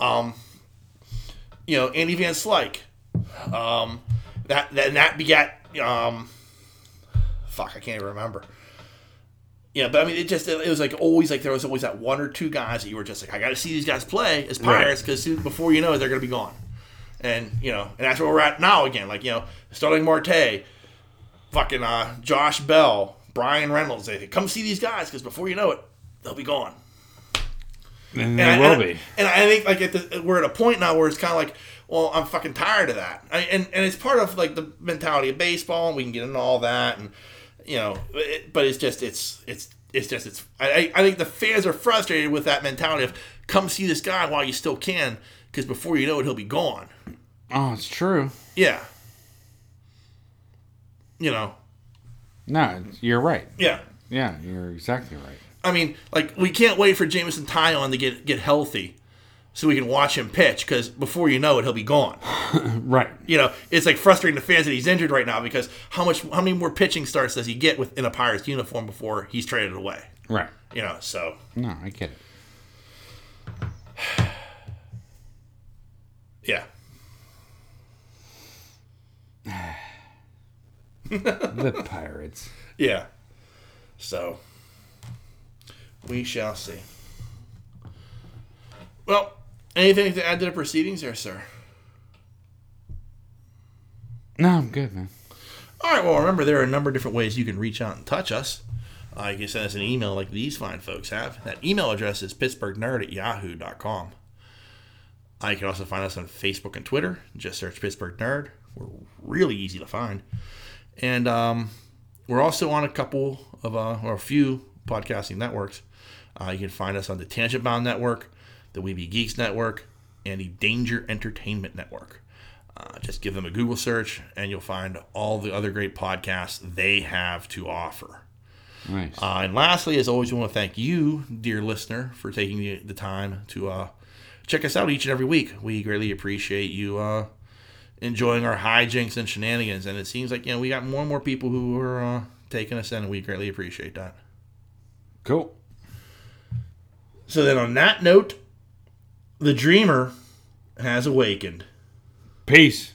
Speaker 5: Um, you know, Andy Van Slyke. Um, that that that begat um, fuck, I can't even remember. Yeah, but I mean, it just it was like always like there was always that one or two guys that you were just like, I got to see these guys play as pirates because before you know it, they're gonna be gone and you know, and that's where we're at now again. Like you know, Sterling Marte, fucking uh, Josh Bell, Brian Reynolds. They come see these guys because before you know it, they'll be gone.
Speaker 6: And
Speaker 5: And
Speaker 6: they
Speaker 5: I,
Speaker 6: will
Speaker 5: and I-
Speaker 6: be.
Speaker 5: And I think like at the, we're at a point now where it's kind of like, well, I'm fucking tired of that. I, and and it's part of like the mentality of baseball, and we can get into all that, and you know, it, but it's just it's it's it's just it's. I I I think the fans are frustrated with that mentality of come see this guy while you still can because before you know it, he'll be gone.
Speaker 6: Oh, it's true.
Speaker 5: Yeah. You know.
Speaker 6: No, you're right.
Speaker 5: Yeah.
Speaker 6: Yeah, you're exactly right.
Speaker 5: I mean, like we can't wait for Jameson Tyon to get get healthy, so we can watch him pitch. Because before you know it, he'll be gone.
Speaker 6: Right.
Speaker 5: You know, it's like frustrating the fans that he's injured right now because how much how many more pitching starts does he get within a Pirates uniform before he's traded away?
Speaker 6: Right.
Speaker 5: You know, so
Speaker 6: No, I get it.
Speaker 5: yeah,
Speaker 6: The pirates.
Speaker 5: yeah, so we shall see. Well, anything to add to the proceedings, there, sir?
Speaker 6: No, I'm good, man.
Speaker 5: All right. Well, remember there are a number of different ways you can reach out and touch us. Uh, you can send us an email like these fine folks have. That email address is pittsburghnerd at yahoo.com. Uh, you can also find us on Facebook and Twitter. Just search Pittsburgh Nerd. We're really easy to find. And um, we're also on a couple of, uh, or a few podcasting networks. Uh, you can find us on the Tangent Bound Network, the Weeby Geeks Network, and the Danger Entertainment Network. Uh, just give them a Google search, and you'll find all the other great podcasts they have to offer.
Speaker 6: Nice.
Speaker 5: Uh, and lastly, as always, we want to thank you, dear listener, for taking the, the time to uh, check us out each and every week. We greatly appreciate you uh, enjoying our hijinks and shenanigans. And it seems like, you know, we got more and more people who are uh, taking us in, and we greatly appreciate that.
Speaker 6: cool.
Speaker 5: So then, on that note, the dreamer has awakened.
Speaker 6: Peace.